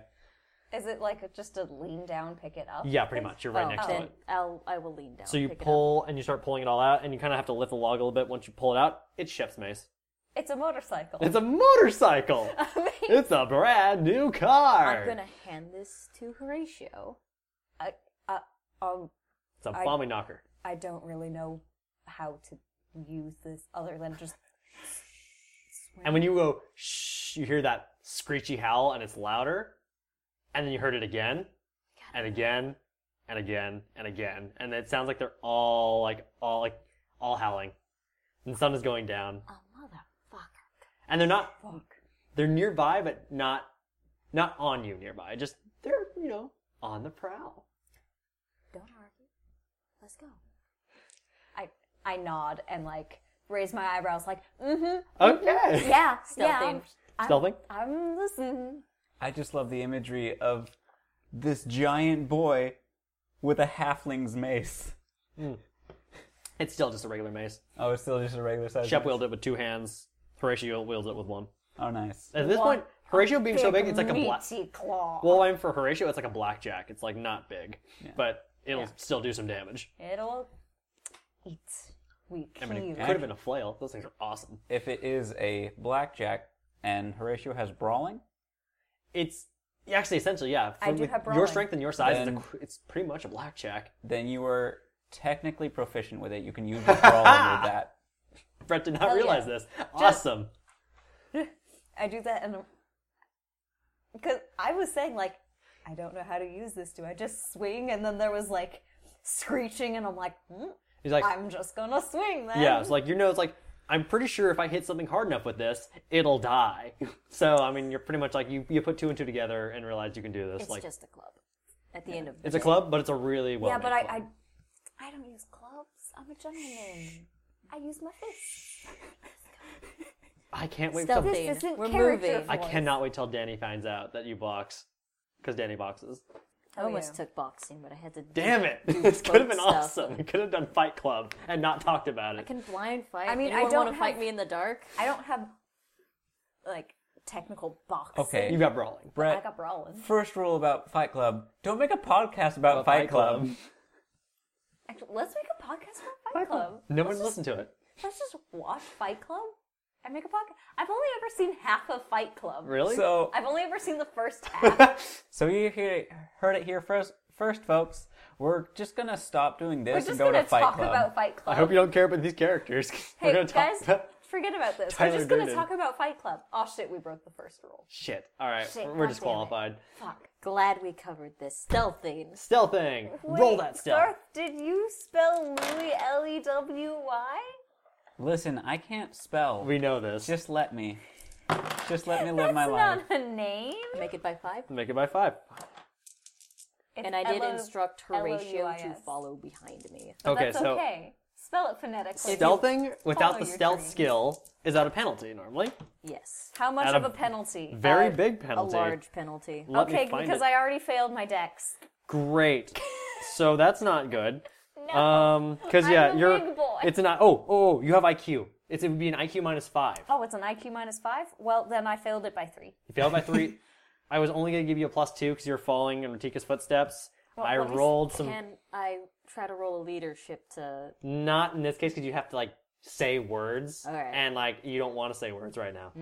Is it like a, just a lean down, pick it up?
Yeah, pretty much. You're right
oh,
next
then
to it.
I'll I will lean down.
So you
pick it up.
pull and you start pulling it all out, and you kind of have to lift the log a little bit. Once you pull it out, it's chef's mace.
It's a motorcycle.
It's a
[laughs]
motorcycle. it's a brand new car.
I'm gonna hand this to Horatio.
I, uh, um,
It's a bombing knocker.
I don't really know how to use this other than just
And when you go shh, you hear that screechy howl, and it's louder. And then you heard it again, and again, and again, and again, and it sounds like they're all like all like all howling. And the sun is going down,
Oh motherfucker.
and they're not. They're nearby, but not not on you nearby. Just they're you know on the prowl.
Don't argue. Let's go.
I I nod and like raise my eyebrows like mm-hmm
Okay.
yeah yeah
Stealthing.
I'm,
[laughs] Stealthing?
I'm, I'm listening
I just love the imagery of this giant boy with a halfling's mace.
It's still just a regular mace.
Oh, it's still just a regular size.
Shep
mace.
wields it with two hands. Horatio wields it with one.
Oh, nice.
At this point, Horatio being so big, it's like a black.
meaty claw
Well, I'm for Horatio, it's like a blackjack. It's like not big, but it'll still do some damage.
it'll eat we
I mean, it
cleave.
could have been a flail. Those things are awesome.
If it is a blackjack and Horatio has brawling,
It's actually essentially yeah.
I
from
do
with
have
your
brawling.
strength and your size. It's, a,
Then-
qu- it's pretty much a blackjack.
then you are technically proficient with it. You can
[laughs]
use your brawling with that.
Brett did not
Hell yeah.
realize this. Awesome.
I do that and because I was saying like I don't know how to use this do I just swing and then there was like screeching and I'm like mm,
He's like,
I'm just gonna swing then
yeah. It's like your nose. Like I'm pretty sure if I hit something hard enough with this, it'll die. so I mean, you're pretty much like you, you put two and two together and realize you can do this.
It's
like
just a club. At the end of the
it's a
day.
club, but it's a really well.
yeah but I,
club.
I I don't use clubs I'm a gentleman I use my fists
I can't wait. Till,
Stealthy.
This isn't
We're
character
moving.
I
voice.
cannot wait till Danny finds out that you box, because Danny
[laughs]
boxes.
I almost
oh, yeah.
took boxing, but I had to.
Damn [laughs] it! This could have been awesome. We could have done Fight Club and not talked about
I
it.
can blind fight.
I mean, I
Anyone
don't
want to fight
have-
me in the dark?
I don't have like technical box
Okay,
You got brawling.
I
Brett.
got brawling
First rule about Fight Club: don't make a podcast about
About
Fight,
Fight
Club.
Club.
Actually, let's make a podcast about Fight Club
No one listened to it.
let's just watch Fight Club and make a podcast I've only ever seen half of Fight Club
Really?
So,
I've only ever seen the
[laughs]
first half.
so you hear, heard it here first, first, folks. We're just gonna stop doing
We're
this
just
and go
gonna
to Fight
talk
Club.
about Fight Club.
I hope you don't care about these characters. [laughs] 'cause
Hey,
We're gonna talk
guys.
about
forget about this.
Tyler
We're just going to
Durden.
talk about Fight Club. Oh shit, we broke the first rule.
Shit. All right,
Shit,
we're
goddamn it.
disqualified.
Fuck. Glad we covered this stealth thing.
Stealthing. Roll
Wait,
that stealth.
Garth, did you spell Louis L E W Y?
Listen, I can't spell.
We know this.
Just let me. Just
[laughs]
let me live
That's
my
not
life.
a name.
Make it by five.
Make it by five.
It's
And I did
L O-
instruct Horatio to
L-O-U-I-S.
follow behind me.
But
okay,
Oh, that's
so
okay. Spell it phonetically.
stealthing without the
your
stealth
dreams.
skill is at a penalty normally.
Yes.
How much
Out
of a
of-
penalty?
Very
Uh,
big
A
penalty.
large penalty.
Let me
okay,
find
because
it.
I already failed my dex. [laughs]
Great. So that's not good. Um, because yeah,
I'm a
you're.
big boy.
It's an I. Oh, oh, oh, you have IQ. It's it would be an IQ minus five.
Oh, it's an IQ minus five? Well, then I failed it by three.
You failed by three. I was only gonna give you a plus two because you're following in Ratika's footsteps. I
What is-
rolled some.
Can I try to roll a leadership to?
Not in this case because you have to like say words,
Alright.
and like you don't want to say words right now.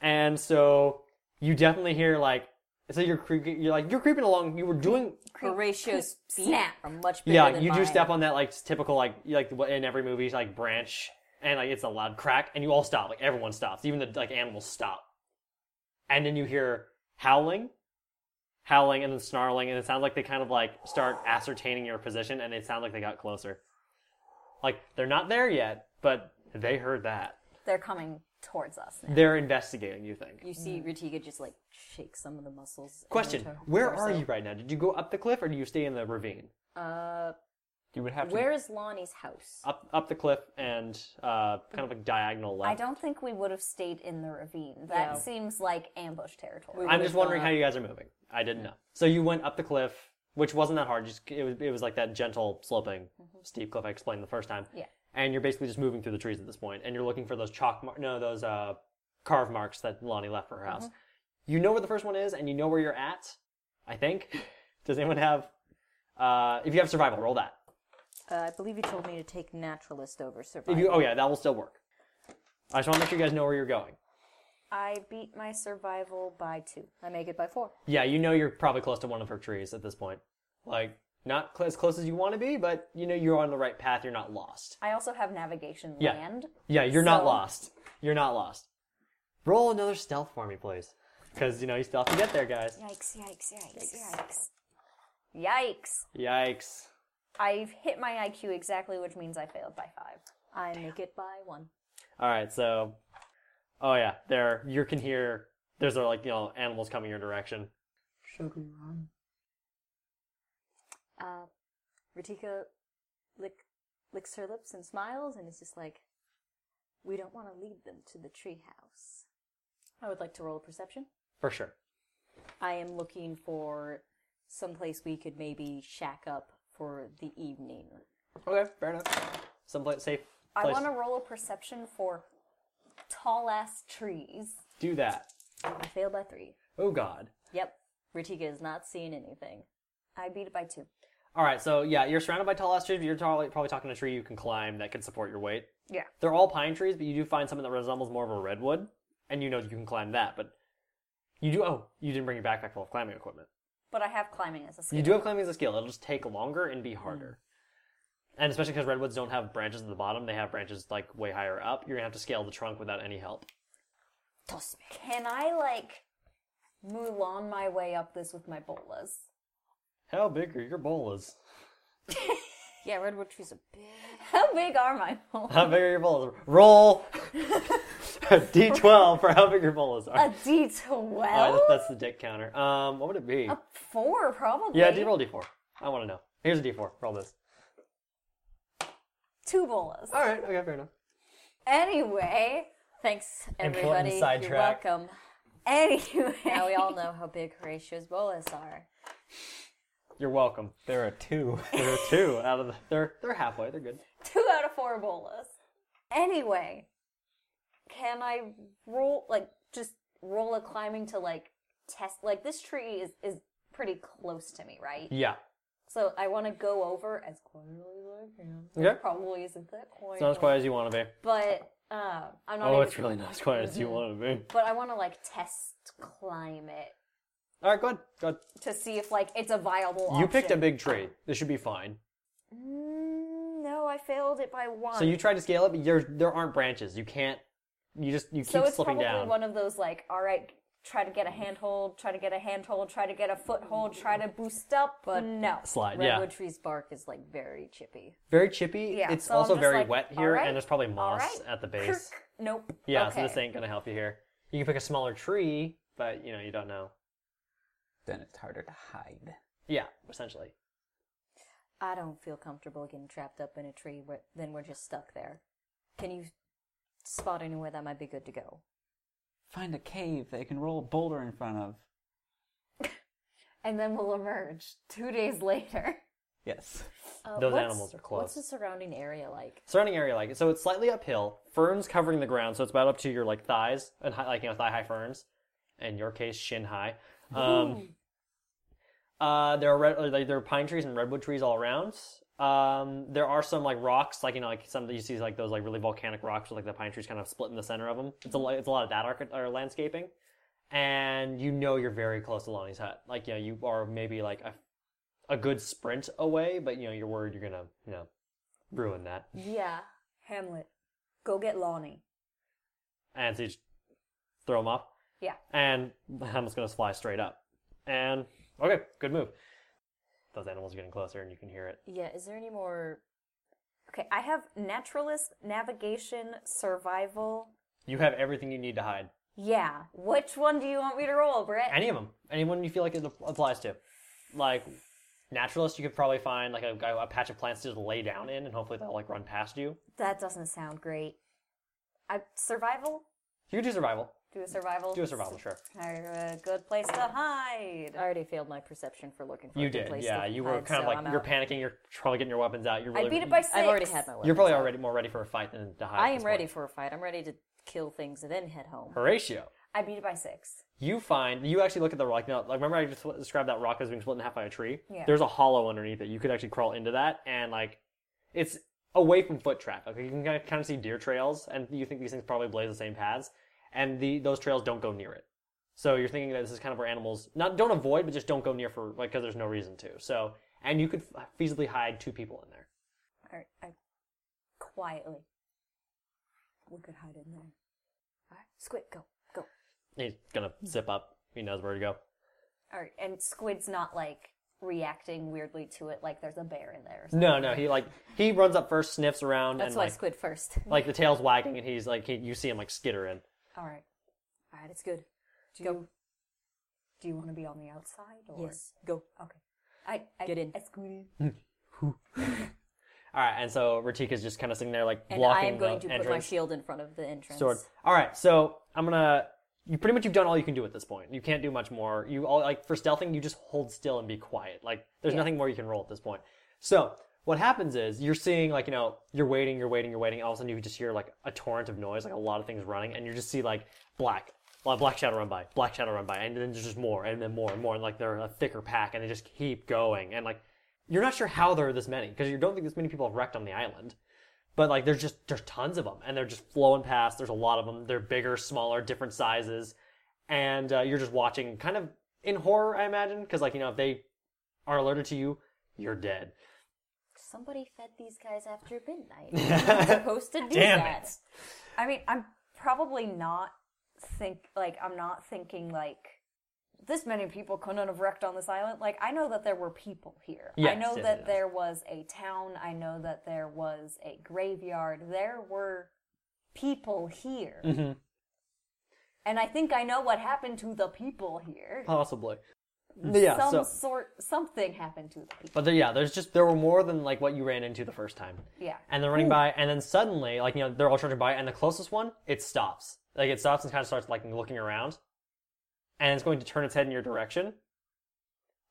And so you definitely hear like. So you're creeping. You're like you're creeping along. You were doing.
Horatio's snap are much bigger
Yeah,
than
you do
mine.
step on that like typical like like what in every movie like branch and like it's a loud crack and you all stop like everyone stops even the like animals stop, and then you hear howling, howling and then snarling and it sounds like they kind of like start ascertaining your position and it sounds like they got closer, like they're not there yet but they heard that
They're coming towards us now.
they're investigating you think.
You see Ritiga just like shake some of the muscles. in
Mm. Question:
her tor-
Where are
torso.
you right now? Did you go up the cliff or do you stay in the ravine?
Uh,
You would have to.
where is Lonnie's house?
Up up the cliff and uh, kind of a diagonal left.
I don't think we would have stayed in the ravine. That
No.
seems like ambush territory.
I'm just wondering how you guys are moving. I didn't know. So you went up the cliff, which wasn't that hard. Just it was it was like that gentle sloping steep cliff I explained the first time.
Mm-hmm. Yeah.
And you're basically just moving through the trees at this point, and you're looking for those chalk mar- no those uh carve marks that Lonnie left for her house.
Mm-hmm.
You know where the first one is, and you know where you're at. I think. [laughs] Does anyone have? Uh, if you have survival, roll that.
Uh, I believe you told me to take naturalist over
If
survival.
you, oh yeah, that will still work. I just want to make sure you guys know where you're going.
I beat my survival by two.
I make it by four.
Yeah, you know you're probably close to one of her trees at this point. Like, not cl- as close as you want to be, but you know you're on the right path. You're not lost.
I also have navigation
Yeah.
land.
Yeah, you're not
So-
lost. You're not lost. Roll another stealth for me, please. Because, you know, you still have to get there, guys.
Yikes, yikes, yikes, yikes. Yikes.
Yikes.
I've hit my IQ exactly, which means I failed by five.
I make it by one.
All right, so. Oh, yeah, there. You can hear. There's, uh, like, you know, animals coming your direction.
Uh, Ritika lick, licks her lips and smiles and is just like, we don't want to lead them to the treehouse. I would like to roll a perception.
For sure.
I am looking for someplace we could maybe shack up for the evening.
Okay, fair enough. Someplace safe.
I
Place.
want to roll a perception for tall ass trees.
Do that.
I failed by three.
Oh, God.
Yep. Ritika is not seeing anything.
I beat it by two.
All right, so yeah, you're surrounded by tall ass trees. But you're tall, probably talking a tree you can climb that can support your weight.
Yeah.
They're all pine trees, but you do find something that resembles more of a redwood, and you know you can climb that. But you do. Oh, you didn't bring your backpack full of climbing equipment.
But I have climbing as a skill.
You do have climbing as a skill. It'll just take longer and be harder.
Hmm.
And especially because redwoods don't have branches at the bottom, they have branches like way higher up. You're gonna have to scale the trunk without any help.
Toss me.
Can I like Mulan my way up this with my bolas? [laughs]
How big are your bolas?
Yeah, redwood trees are big.
How big are my
[laughs]
bolas?
How big are your bolas? Roll [laughs] d12 for how big your bolas are.
A D
All right,
twelve?
that's, that's the dick counter. Um, what would it be?
Four probably.
Yeah, d roll d4. I want to know. Here's a d4. Roll this.
Two bolas.
All right. Okay. Fair enough.
Anyway, [laughs]
Thanks,
Important
everybody. You're
sidetrack.
welcome.
anyway.
[laughs]
Now we all know how big Horatio's bolas are.
You're welcome.
There are two.
[laughs] There are two out of the. They're they're halfway. They're good.
two out of four bolas. Anyway, can I roll like just roll a climbing to like test like this tree is is pretty close to me, right?
Yeah.
So I want to go over as quietly as I can.
Okay.
It probably isn't that quiet,
It's not as quiet as you want to be.
but uh, I'm not.
Oh,
able
it's
to-
really not as quiet as you
Mm-hmm.
want to be.
But I want to like test climb it
All right. Go ahead. Go ahead.
to see if like it's a viable.
You picked a
option.
big tree. This should be fine.
Mm, no, I failed it by one.
So you tried to scale it, but you're, there aren't branches. You can't You just you
So
keep
it's
slipping
probably
down.
one of those like, all right, try to get a handhold, try to get a handhold, try to get a foothold, try to boost up, but no.
Mm. Slide, yeah.
Redwood tree's bark is like very chippy.
Very chippy.
Yeah,
it's
so I'm
also
just
very
like,
wet here,
alright,
and there's probably moss
alright. [laughs]
at the base.
Nope.
Yeah, so
okay.
this ain't gonna help you here. You can pick a smaller tree, but you know you don't know.
Then it's harder to hide.
Yeah, essentially.
I don't feel comfortable getting trapped up in a tree. Where, then we're just stuck there. Can you spot anywhere that might be good to go?
Find a cave that you can roll a boulder in front of.
And then we'll emerge two days [laughs] later.
Yes.
Uh,
Those
what's-
animals are close.
What's the surrounding area like?
surrounding area like so it's slightly uphill ferns covering the ground so it's about up to your like thighs and high, like you know thigh high ferns in your case shin high um uh there are red, or, like there are pine trees and redwood trees all around um there are some like rocks like you know like some that you see like those like really volcanic rocks with like the pine trees kind of split in the center of them it's a lot it's a lot of that archi- or landscaping and you know you're very close to lonnie's hut like you know you are maybe like a, a good sprint away but you know you're worried you're gonna you know ruin that
Yeah.
Hamlet, go get Lonnie.
and so you just throw him up.
Yeah.
And the Hamlet's gonna fly straight up. And okay, good move. Those animals are getting closer, and you can hear it.
Yeah. Is there any more?
Okay, I have naturalist, navigation, survival.
You have everything you need to hide.
Yeah. Which one do you want me to roll, Britt?
Any of them, anyone you feel like it applies to, like naturalist, you could probably find like a, a patch of plants to just lay down in, and hopefully they'll like run past you.
that doesn't sound great. I survival?
You could do survival.
Do a survival?
Do a survival, sure.
A good place to hide.
I already failed my perception for looking for
You
a good
did,
place
yeah.
to
You were
hide,
kind of
so
like
I'm
you're
out.
panicking. You're probably getting your weapons out. You're really
I beat it by six.
I've already had my weapon.
You're probably already more ready for a fight than to hide.
I
at
am
this
ready
point.
for a fight. I'm ready to kill things and then head home.
Horatio.
I beat it by six.
you find you actually look at the rock now like remember i just described that rock as being split in half by a tree
Yeah.
there's a hollow underneath it you could actually crawl into that and like it's away from foot traffic like you can kind of see deer trails and you think these things probably blaze the same paths and the those trails don't go near it so you're thinking that this is kind of where animals not don't avoid but just don't go near for like because there's no reason to so and you could f- feasibly hide two people in there
All right, I quietly. We could hide in there.
All right, Squid, go, go.
he's gonna zip up he knows where to go
All right, and Squid's not like reacting weirdly to it, like there's a bear in there.
no no he like he runs up first sniffs around
That's
and
why
like
Squid first.
like the tail's wagging and he's like he, you see him like skittering
All right,
All right, it's good.
do
Go.
you do you want to be on the outside? Or?
Yes, go.
Okay. I, I
Get in.
I squeeze.
All right, and so Ratika's just kind of sitting there, like
And I
blocking
am going
the
to put my
entrance.
shield in front of the entrance.
sword. All right, so I'm gonna. You pretty much you've done all you can do at this point. You can't do much more. You all like for stealthing, you just hold still and be quiet. Like there's nothing more you can roll at this point. So what happens is you're seeing like you know you're waiting, you're waiting, you're waiting. All of a sudden you just hear like a torrent of noise, like a lot of things running, and you just see like black. Like black shadow run by, black shadow run by, and then there's just more, and then more and more, and like they're a thicker pack, and they just keep going, and like you're not sure how there are this many because you don't think this many people have wrecked on the island but like there's just there's tons of them and they're just flowing past there's a lot of them they're bigger smaller different sizes and uh, you're just watching kind of in horror i imagine because like you know if they are alerted to you you're dead
Somebody fed these guys after midnight.
[laughs]
You're not supposed to do
Damn
that.
I mean, I'm probably not think like I'm not thinking like this many people couldn't have wrecked on this island. Like I know that there were people here. I
Yes,
know
yes,
that
yes.
there was a town. I know that there was a graveyard. There were people here.
Mm-hmm.
And I think I know what happened to the people here.
possibly yeah
Some
so
sort something happened to the people.
but there, yeah there's just there were more than like what you ran into the first time
Yeah.
and they're running by and then suddenly like you know they're all charging by and the closest one it stops like it stops and kind of starts like looking around and it's going to turn its head in your direction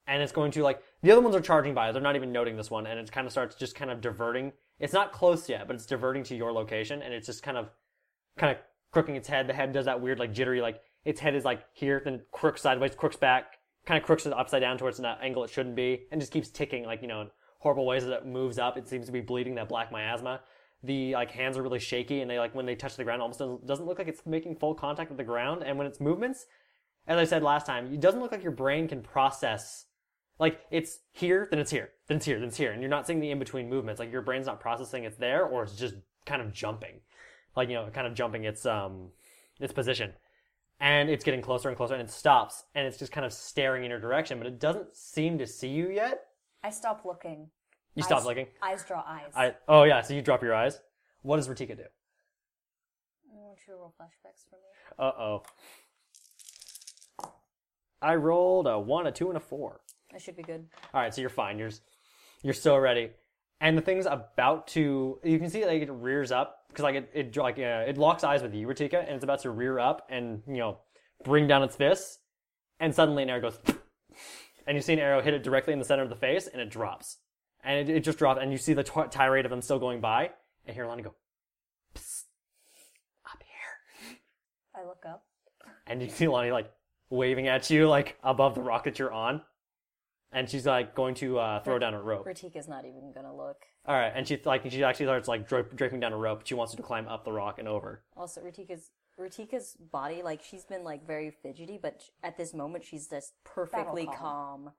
and it's going to like the other ones are charging by they're not even noting this one and it kind of starts just kind of diverting it's not close yet but it's diverting to your location and it's just kind of kind of crooking its head the head does that weird like jittery like its head is like here then crooks sideways crooks back kind of crooks it upside down towards an angle it shouldn't be and just keeps ticking like you know in horrible ways that it moves up it seems to be bleeding that black miasma the like hands are really shaky and they like when they touch the ground it almost doesn't, doesn't look like it's making full contact with the ground and when its movements as i said last time it doesn't look like your brain can process like it's here then it's here then it's here then it's here and you're not seeing the in-between movements like your brain's not processing it's there or it's just kind of jumping like you know, kind of jumping its um its position, and it's getting closer and closer, and it stops, and it's just kind of staring in your direction, but it doesn't seem to see you yet.
I stop looking.
You stop
Eyes-
looking.
Eyes draw eyes.
I oh yeah, so you drop your eyes. What does Ratika do?
I want you to roll flashbacks for me.
Uh oh. I rolled a one, a two, and a four.
That should be good.
All right, so you're fine. You're you're so ready. And the thing's about to. You can see like it rears up because like it it like uh, it locks eyes with you, Ratika, and it's about to rear up and you know bring down its fists. And suddenly an arrow goes, [laughs] and you see an arrow hit it directly in the center of the face, and it drops. And it, it just dropped, and you see the t- tirade of them still going by, and hear Lana go, "Psst, up here."
I look up.
and you see Lonnie like waving at you like above the rock that you're on, and she's like going to uh, throw down a rope.
Ratika's not even gonna look.
All right, and she like she actually starts like dra- draping down a rope. She wants to climb up the rock and over.
Also, Ratika's Ratika's body, like she's been like very fidgety, but sh- at this moment she's just perfectly
Battle
calm.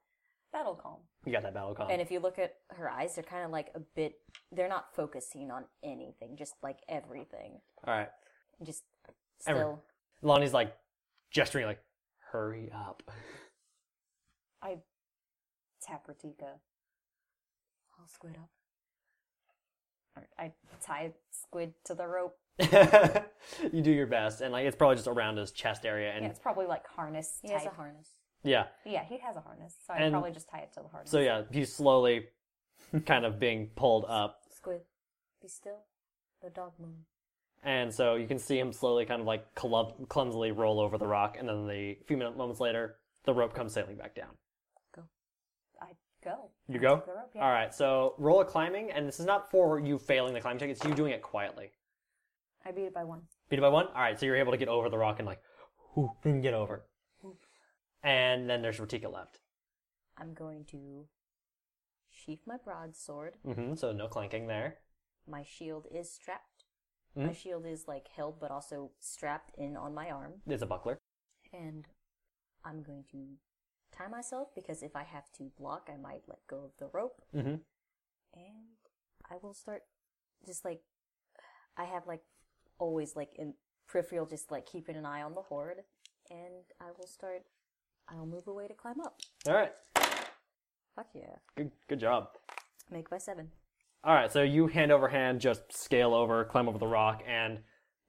Battle calm.
You got that battle comp.
And if you look at her eyes, they're kind of like a bit. They're not focusing on anything, just like everything,
All right,
and just
Ever-
still.
Lonnie's like gesturing like, hurry up. [laughs]
I tap Ratika. I'll squid up. Or I tie squid to the rope.
you do your best, and like it's probably just around his chest area, and
Yeah, it's probably like harness
He
type.
has a harness.
yeah.
yeah, he has a harness, so I'd
And-
probably just tie it to the harness.
So yeah, he's slowly kind of being pulled up
Squid, be still. The dog
[laughs]
moon.
And so you can see him slowly, kind of like club, clumsily roll over the rock, and then the few minute, moments later, the rope comes sailing back down.
I go.
You go.
The rope, yeah.
All right. So roll a climbing, and this is not for you failing the climb check; it's you doing it quietly.
I beat it by one.
Beat it by one. All right. So you're able to get over the rock and like, whoo, then get over. And then there's Ratika left.
I'm going to sheath my broadsword.
hmm so no clanking there.
My shield is strapped. My shield is like held, but also strapped in on my arm.
It's a buckler.
and I'm going to tie myself because if I have to block, I might let go of the rope,
hmm
and I will start just like I have like always like in peripheral, just like keeping an eye on the horde, and I will start. I'll move away to climb up.
All right.
Fuck yeah!
Good. Good job.
Make by seven.
All right, so you hand over hand just scale over, climb over the rock, and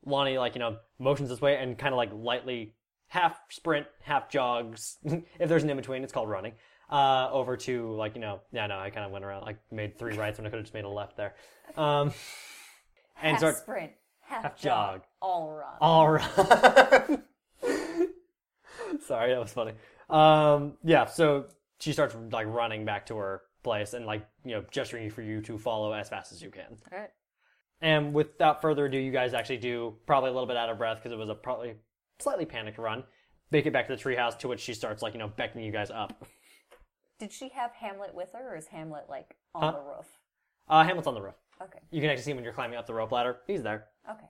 Lonnie, like, you know, motions this way and kind of like lightly half sprint, half jogs. [laughs] if there's an in between, it's called running. Uh, over to, like, you know, yeah, no, I kind of went around, like, made three rights when I could have just made a left there. Um, and
half
start
sprint, half,
half
jog,
jog.
all run.
All right. [laughs] Sorry, that was funny. Um, yeah, so she starts like running back to her place and like you know gesturing for you to follow as fast as you can.
All right.
And without further ado, you guys actually do probably a little bit out of breath because it was a probably slightly panicked run. Make it back to the treehouse, to which she starts like you know beckoning you guys up.
Did she have Hamlet with her, or is Hamlet like on
Huh?
the roof?
Uh, Hamlet's on the roof.
Okay,
You can actually see him when you're climbing up the rope ladder. He's there.
okay.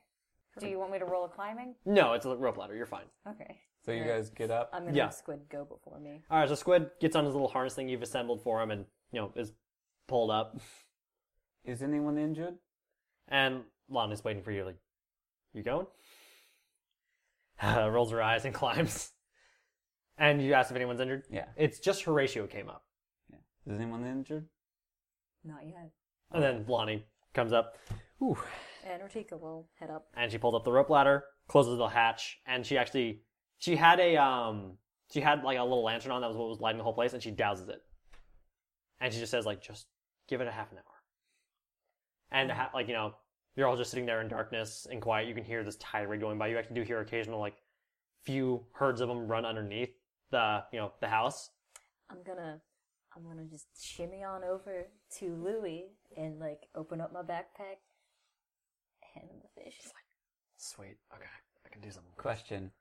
Do you want me to roll a climbing?
No, it's a rope ladder. You're fine.
Okay.
So you guys get up.
I'm gonna
Yeah.
let Squid go before me.
All right, so Squid gets on his little harness thing you've assembled for him, and you know is pulled up.
Is anyone injured?
And Lon is waiting for you, like, you going? [laughs] rolls her eyes and [laughs] climbs. And you ask if anyone's injured?
Yeah.
It's just Horatio came up.
Is anyone injured?
Not yet.
And then Lonnie comes up, ooh,
And Ratika will head up.
and she pulls up the rope ladder, closes the hatch, and she actually, she had a, um, she had like a little lantern on that was what was lighting the whole place, and she douses it. And she just says, like, just give it a half an hour. And, ha- like, you know, you're all just sitting there in darkness and quiet. You can hear this tirade going by. You actually do hear occasional, like, few herds of them run underneath the, you know, the house.
I'm gonna I'm gonna just shimmy on over to Louie and like open up my backpack. Hand him the fish.
Sweet. Okay. I can do something.
Question.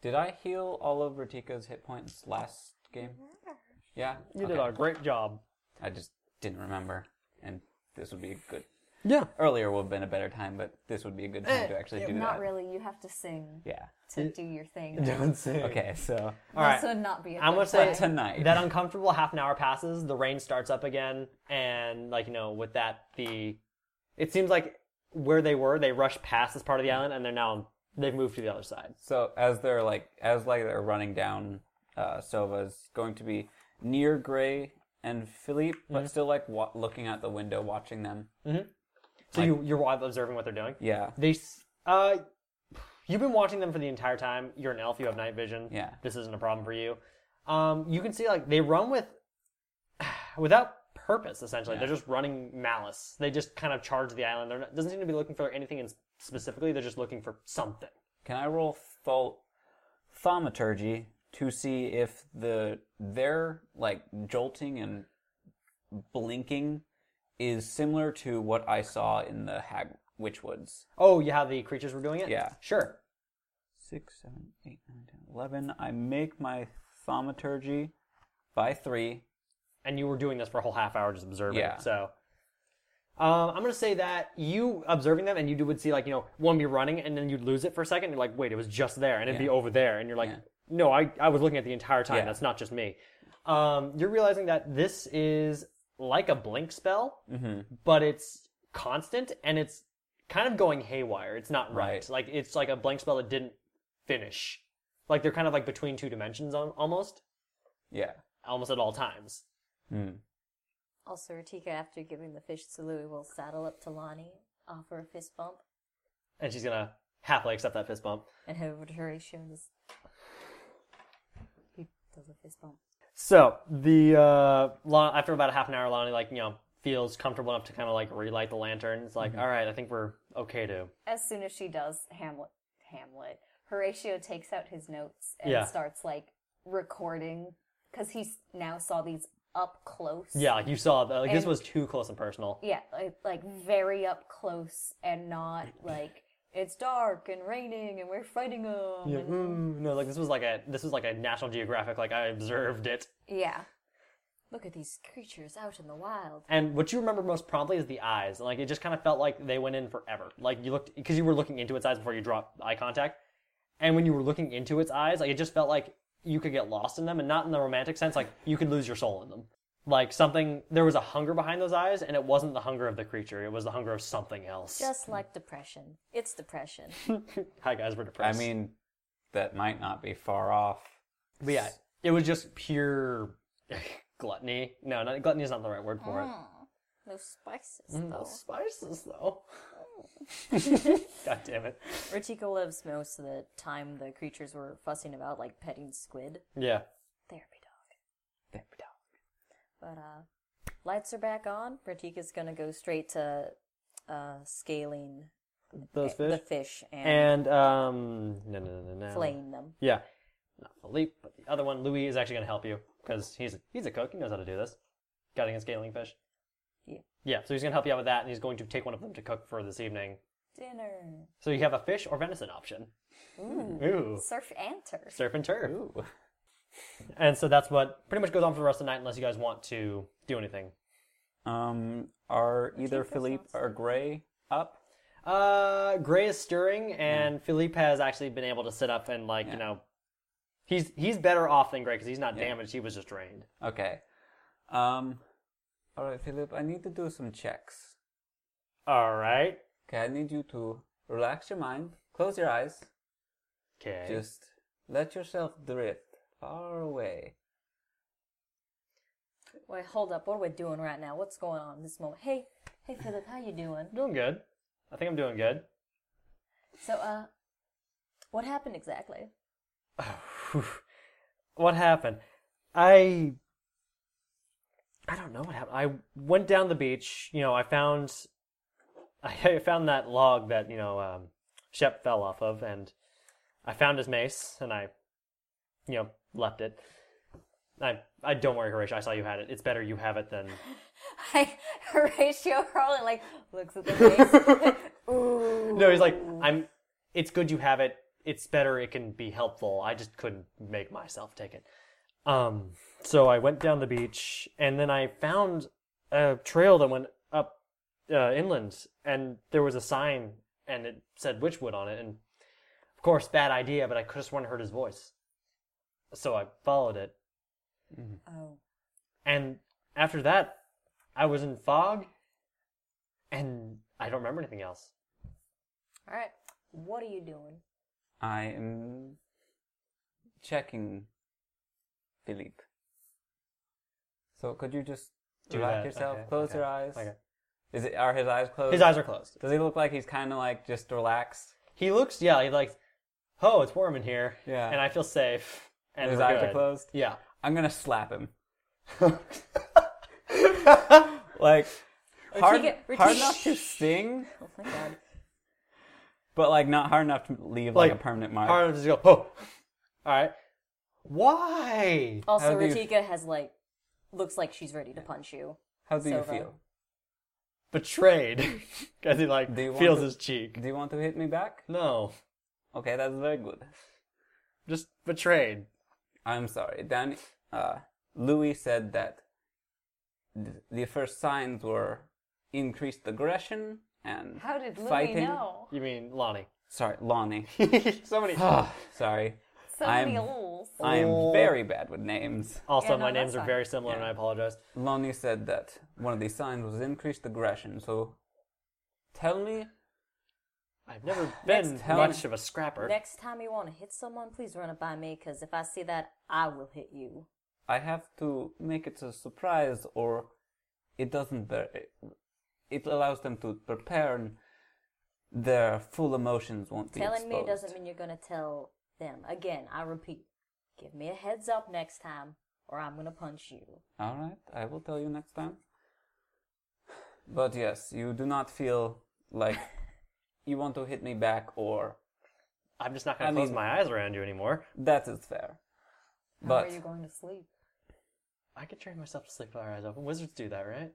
Did I heal all of Ratika's hit points last game? Yeah.
You did
Okay.
a great job.
I just didn't remember, and this would be a good.
Yeah.
Earlier would have been a better time, but this would be a good time to actually do
Eh, Not
that.
really. You have to sing
Yeah.
to do your thing.
Don't say.
Okay, so
All right.
Also, not be. A
I'm
good
gonna say
guy.
tonight.
that uncomfortable half an hour passes. The rain starts up again, and like you know, with that, the it seems like where they were, they rushed past this part of the island, and they're now they've moved to the other side.
So as they're like as like they're running down, uh, Sova's going to be near Gray and Philippe, but still like wa- looking out the window, watching them.
So you you're wa- observing what they're doing.
Yeah,
They s- uh, you've been watching them for the entire time. You're an elf. You have night vision.
Yeah.
this isn't a problem for you. Um, you can see like they run with [sighs] without purpose. Essentially, they're just running malice. They just kind of charge the island. They're not, doesn't seem to be looking for anything in s- specifically. They're just looking for something.
Can I roll thol- thaumaturgy to see if the their like jolting and blinking is similar to what I saw in the Hag Witch Woods?
Oh, yeah, how the creatures were doing it.
Yeah.
sure.
Six, seven, eight, nine, ten, eleven. I make my thaumaturgy by three.
and you were doing this for a whole half hour just observing.
Yeah.
So um, I'm gonna say that you observing them and you would see like you know one be running and then you'd lose it for a second. You're like, wait, it was just there, and it'd be
Yeah.
over there, and you're like,
Yeah.
no, I I was looking at the entire time.
Yeah.
That's not just me. Um, you're realizing that this is like a blink spell,
Mm-hmm.
but it's constant and it's kind of going haywire. It's not right.
Right.
Like it's like a blank spell that didn't finish. Like they're kind of like between two dimensions on, almost,
Yeah.
almost at all times.
Hmm.
Also, Ratika, after giving the fish to Louie, will saddle up to Lonnie, offer a fist bump,
And she's gonna halfway accept that fist bump.
and head over to Horatio and just. He does a fist bump.
So the uh, Lon- after about a half an hour, Lonnie like you know feels comfortable enough to kind of like relight the lantern. It's like, all right, I think we're okay to.
As soon as she does, Hamlet, Hamlet, Horatio takes out his notes and
Yeah.
starts like recording because he s- now saw these up close.
Yeah, like you saw, the, like, this
And-
was too close and personal.
Yeah, like, like very up close and not like it's dark and raining and we're fighting them. Yeah.
Mm, no, like this was like a this was like a National Geographic. Like I observed it,
yeah.
Look at these creatures out in the wild.
and what you remember most promptly is the eyes. Like it just kind of felt like they went in forever. Like you looked because you were looking into its eyes before you dropped eye contact, and when you were looking into its eyes, like it just felt like you could get lost in them, and not in the romantic sense. Like you could lose your soul in them. like something there was a hunger behind those eyes and it wasn't the hunger of the creature it was the hunger of something else
Just like depression. It's depression.
hi guys we're
I
depressed
mean, that might not be far off.
but yeah it was just pure [laughs] gluttony no not, gluttony is not the right word for it
No spices,
Those
though.
spices though [laughs] god damn it
Ratika lives most of the time the creatures were fussing about, like petting squid.
yeah
Therapy dog. But uh, lights are back on. Ratika's gonna go straight to uh, scaling
those
the
fish
fish and,
and um no no no no no
flaying them.
yeah not Philippe but the other one Louis is actually gonna help you because he's a, he's a cook he knows how to do this gutting and scaling fish
Yeah.
yeah so he's gonna help you out with that and he's going to take one of them to cook for this evening
Dinner.
So you have a fish or venison option. Ooh.
Surf and turf.
Surf and turf.
Ooh.
And so that's what pretty much goes on for the rest of the night unless you guys want to do anything.
Um, are either
think that
Philippe
sounds
or Gray up?
Uh Gray is stirring and Philippe has actually been able to sit up and like, you know, he's he's better off than Gray cuz he's not damaged, he was just drained.
Okay. Um, all right, Philip, I need to do some checks.
All right.
Okay, I need you to relax your mind, close your eyes,
Okay.
just let yourself drift far away.
Wait, hold up. What are we doing right now? What's going on in this moment? Hey, hey, Philip, how you doing?
doing good. I think I'm doing good.
So, uh, what happened exactly?
[sighs] what happened? I I don't know what happened. I went down the beach. You know, I found [laughs] I found that log that you know um, Shep fell off of, and I found his mace, and I you know left it. I I don't worry, Horatio. I saw you had it. It's better you have it than
Like Horatio Harlan like looks at the face. Ooh.
no. He's like I'm. It's good you have it. It's better. It can be helpful. I just couldn't make myself take it. Um, so I went down the beach, and then I found a trail that went up uh, inland, and there was a sign, and it said Witchwood on it. And of course, bad idea, but I could have sworn I heard his voice. So I followed it,
Oh.
and after that, I was in fog, and I don't remember anything else.
All right. What are you doing?
I am checking Philippe. So could you just
Do
relax
that.
yourself,
Okay,
close
okay,
your eyes?
okay.
Is it are his eyes closed?
His eyes are closed.
Does he look like he's kind of like just relaxed?
He looks, yeah, he like, oh, it's warm in here.
Yeah.
And I feel safe. And
his
we're
eyes
good.
are closed.
Yeah.
I'm gonna slap him. like hard,
Ritika-
hard
Ritika-
enough to sting,
Oh my god.
but like not hard enough to leave like,
Like,
a permanent mark.
Harlan just go, oh. All right. Why?
Also,
do you-
Ratika has like looks like she's ready to punch you.
How do you
Silva.
feel?
Betrayed. [laughs] Because he like
Do you want
feels
to-
his cheek.
Do you want to hit me back?
No.
Okay, that's very good.
Just betrayed.
I'm sorry. Dan, uh, Louis said that th- the first signs were increased aggression and
How did Louis
fighting.
know?
You mean Lonnie.
[laughs] Sorry, Lonnie. [sighs]
so many.
sorry,
So
I'm-
many L's.
I am very bad with names.
[laughs] Also,
Yeah, no,
my
that's
names are
fine.
very similar and I apologize.
Lonnie said that one of the signs was increased aggression. So, tell me,
I've never been
tell
much
me.
of a scrapper.
Next time you want to hit someone, please run it by me, because if I see that, I will hit you.
I have to make it a surprise, or it doesn't. bear- It allows them to prepare, and their full emotions won't be
Telling me
exposed.
doesn't mean you're going to tell them. Again, I repeat, give me a heads up next time, or I'm going to punch you.
All right, I will tell you next time. But yes, you do not feel
[laughs]
like you want to hit me back, or
I'm just not going
I
to close
mean-
my eyes around you anymore.
that is fair.
How
But
are you going to sleep?
I could train myself to sleep with my eyes open. Wizards do that, right?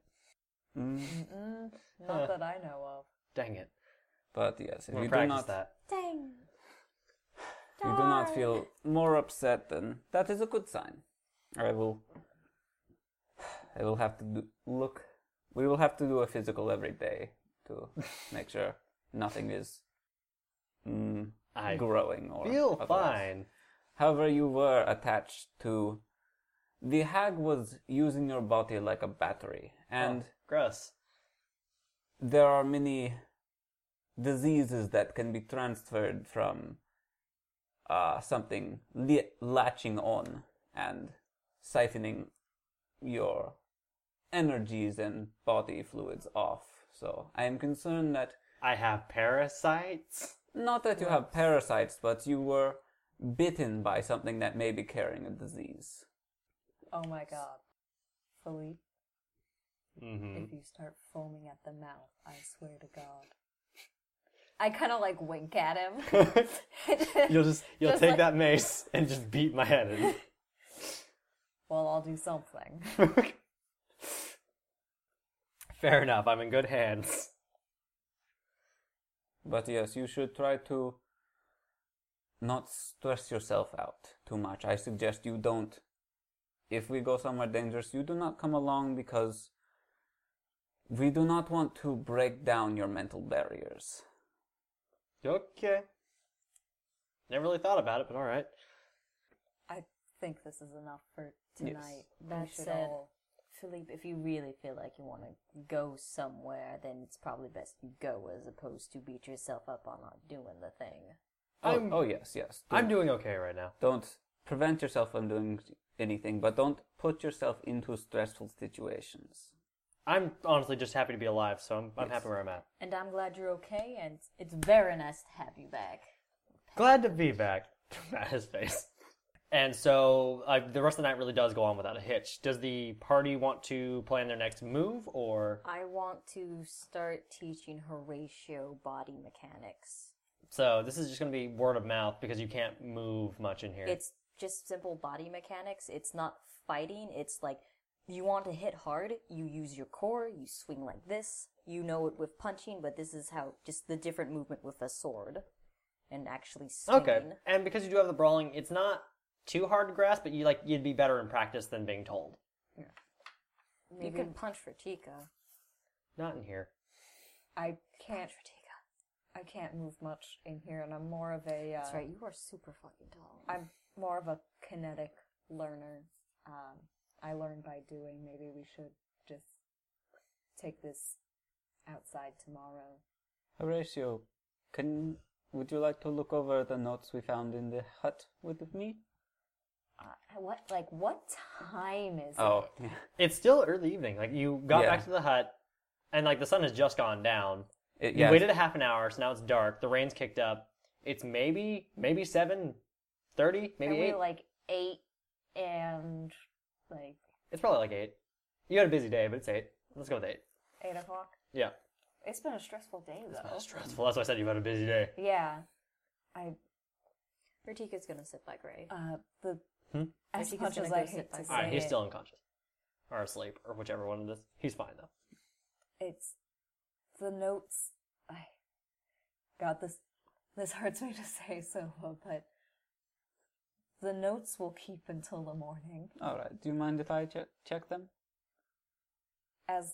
mm,
Not that I know of.
Dang it.
but yes, if
I'm
you
going
do
practice
not
that.
Dang.
you do not feel more upset, then that is a good sign. I will. I will have to do, look. We will have to do a physical every day
[laughs]
to make sure nothing is mm,
I
growing or
feel
otherwise.
fine.
However, you were attached to. The hag was using your body like a battery, and
Oh, gross.
there are many diseases that can be transferred from uh, something li- latching on and siphoning your energies and body fluids off. So I am concerned that
I have parasites.
not that you have parasites, but you were bitten by something that may be carrying a disease.
Oh my god. Philippe,
Mm-hmm.
if you start foaming at the mouth, I swear to god. I kind of like wink at him.
[laughs]
[laughs]
You'll just you'll
Just
take
like-
that mace and just beat my head in.
well, I'll do something.
Fair enough. I'm in good hands.
But yes, you should try to not stress yourself out too much. I suggest you don't. If we go somewhere dangerous, you do not come along because we do not want to break down your mental barriers.
Okay. Never really thought about it, but all right.
I think this is enough for tonight.
That
we should
said-
all
Philippe, if you really feel like you want to go somewhere, then it's probably best you go as opposed to beat yourself up on not doing the thing.
Oh, oh yes, yes.
I'm doing okay right now.
Don't prevent yourself from doing anything, but don't put yourself into stressful situations.
I'm honestly just happy to be alive, so I'm I'm happy where I'm at.
And I'm glad you're okay, and it's very nice to have you back.
Glad to be back. [laughs] At his face. And so uh, the rest of the night really does go on without a hitch. Does the party want to plan their next move, or
I want to start teaching Horatio body mechanics.
so? This is just going to be word of mouth because you can't move much in here.
It's just simple body mechanics. It's not fighting. It's like you want to hit hard, you use your core, you swing like this. You know it with punching, but this is how just the different movement with a sword and actually swinging.
Okay. And because you do have the brawling, it's not too hard to grasp, but you like you'd be better in practice than being told.
Maybe you can punch Ratika.
Not in here.
I can't.
Punch Ratika.
I can't move much in here, and I'm more of a. Uh,
That's right. You are super fucking tall.
I'm more of a kinetic learner. Um, I learn by doing. Maybe we should just take this outside tomorrow.
Horatio Can would you like to look over the notes we found in the hut with me?
Uh, What like what time is
[laughs] Oh,
It's still early evening. Like you got
Yeah.
back to the hut, and like the sun has just gone down.
it,
You
yeah.
waited a half an hour, so now it's dark. The rain's kicked up. It's maybe maybe seven thirty,
it?
maybe
Are we
eight.
like eight and like
It's probably like eight. You had a busy day, but it's eight. Let's go with eight.
Eight o'clock.
Yeah,
It's been a stressful day though.
stressful. That's why I said you had a busy day.
Yeah. I
Vertika's gonna sit by Gray.
uh the
Hmm?
as
Vertica's
much
gonna
as
go
I
sit
hate
by Gray.
to say
All right, Ah, he's
it,
still unconscious or asleep or whichever one it is. He's fine though.
it's the notes. I God, this this hurts me to say so, but the notes will keep until the morning,
All right. Do you mind if I check check them?
as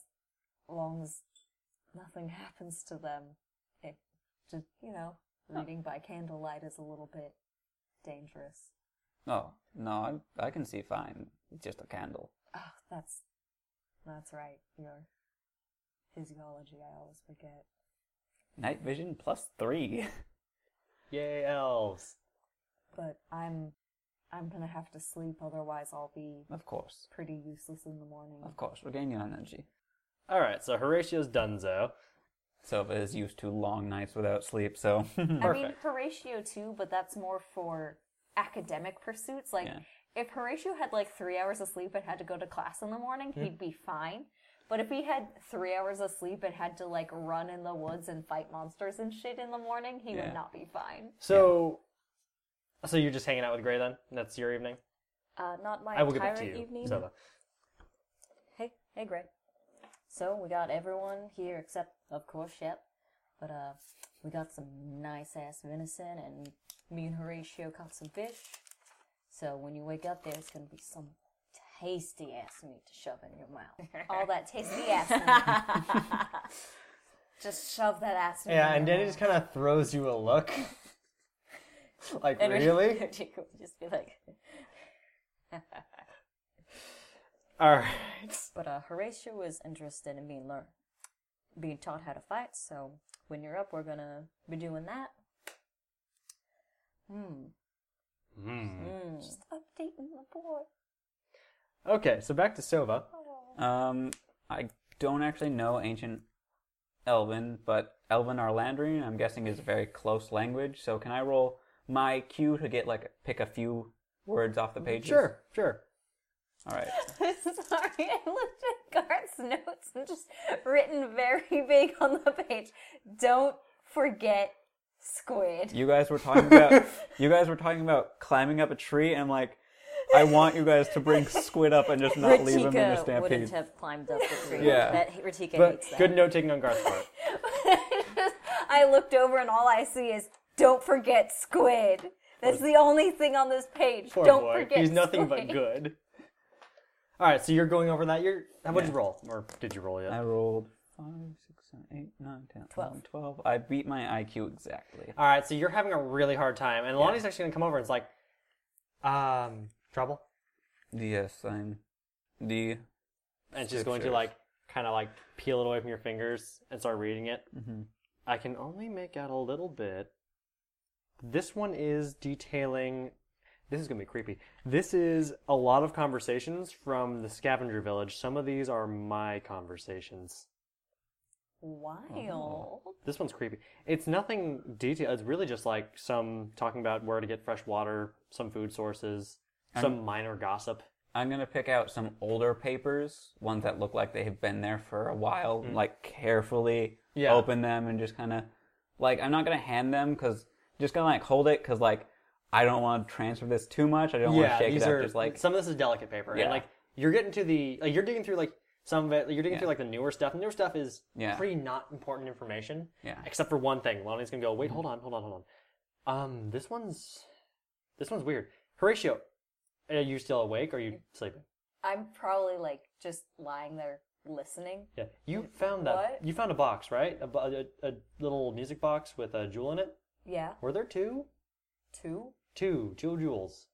long as nothing happens to them. It just you know, reading by candlelight is a little bit dangerous.
Oh no, I I can see fine. It's just a candle.
Oh, that's that's right. Your physiology, I always forget.
Night vision plus three. [laughs]
Yay, elves!
But I'm I'm gonna have to sleep, otherwise I'll be
of course,
pretty useless in the morning.
of course. Regain your energy.
All right, so Horatio's Dunzo.
Silva is used to long nights without sleep, [laughs] so
I mean Horatio too, but that's more for academic pursuits. Like
Yeah.
if Horatio had like three hours of sleep and had to go to class in the morning,
Hmm.
he'd be fine. But if he had three hours of sleep and had to like run in the woods and fight monsters and shit in the morning, he
Yeah.
would not be fine.
So, so you're just hanging out with Gray then? That's your evening.
Uh, not my
I will get
entire
back to you.
evening.
Silva.
Hey, hey, Greg. So we got everyone here except, of course, Shep. But uh, we got some nice ass venison, and me and Horatio caught some fish. So when you wake up, there's gonna be some tasty ass meat to shove in your [laughs] mouth.
All that tasty ass. meat.
[laughs]
Just shove that ass. meat
Yeah,
in
and
your
Danny just kind of throws you a look. [laughs] like,
And [laughs]
really?
Horatio would just be like.
[laughs] All right.
But uh, Horatio was interested in being learned, being taught how to fight. So when you're up, we're gonna be doing that.
mouth. Updating the board.
Okay, so back to Sova.
Um, I don't actually know ancient Elven, but Elven or Landrian, I'm guessing, is a very close language. So can I roll my cue to get like pick a few words off
Oh,
the pages?
Sure, sure.
All right.
Sorry, I looked at Garth's notes and just written very big on the page. Don't forget squid.
You guys were talking about you guys were talking about climbing up a tree, and like, I want you guys to bring Squid up and just not leave him in the
Ratika wouldn't
stampede.
have climbed up the tree.
Yeah.
That Ratika
But
hates that.
good note taking on Garth's part.
[laughs] I looked over and all I see is don't forget squid. That's the only thing on this page.
Poor
don't
boy.
forget
He's nothing but
squid.
good. All right, so you're going over that. You're how much
Yeah.
you roll, or did you roll yet?
I rolled five, six, seven, eight, nine, ten, eleven, twelve. I beat my IQ exactly.
All right, so you're having a really hard time, and Lonnie's actually gonna come over and it's like, um, trouble,
Yes, I'm the
and she's going to
Scriptures.
like kind of like peel it away from your fingers and start reading it. I can only make out a little bit. This one is detailing. This is gonna be creepy. This is a lot of conversations from the scavenger village. Some of these are my conversations.
Oh.
Wild.
This one's creepy. It's nothing detailed. It's really just like some talking about where to get fresh water, some food sources, some minor gossip.
I'm gonna pick out some older papers, ones that look like they have been there for a while, like carefully
Yeah.
open them and just kind of like I'm not gonna hand them because just gonna like hold it because like I don't want to transfer this too much. I don't want to shake it up. just like
some of this is delicate paper,
Yeah.
and like you're getting to the like you're digging through like some of it. You're digging through like the newer stuff. The newer stuff is
Yeah.
pretty not important information.
Yeah. Mm-hmm.
Except for one thing, Lonnie's gonna go. Wait, hold on, hold on, hold on. Um, this one's this one's weird. Horatio, are you still awake or are you sleeping?
I'm probably like just lying there listening.
Yeah, you found that.
What?
You found a box, right? A, bo- a, a little music box with a jewel in it.
Yeah.
Were there two?
Two?
Two, two jewels.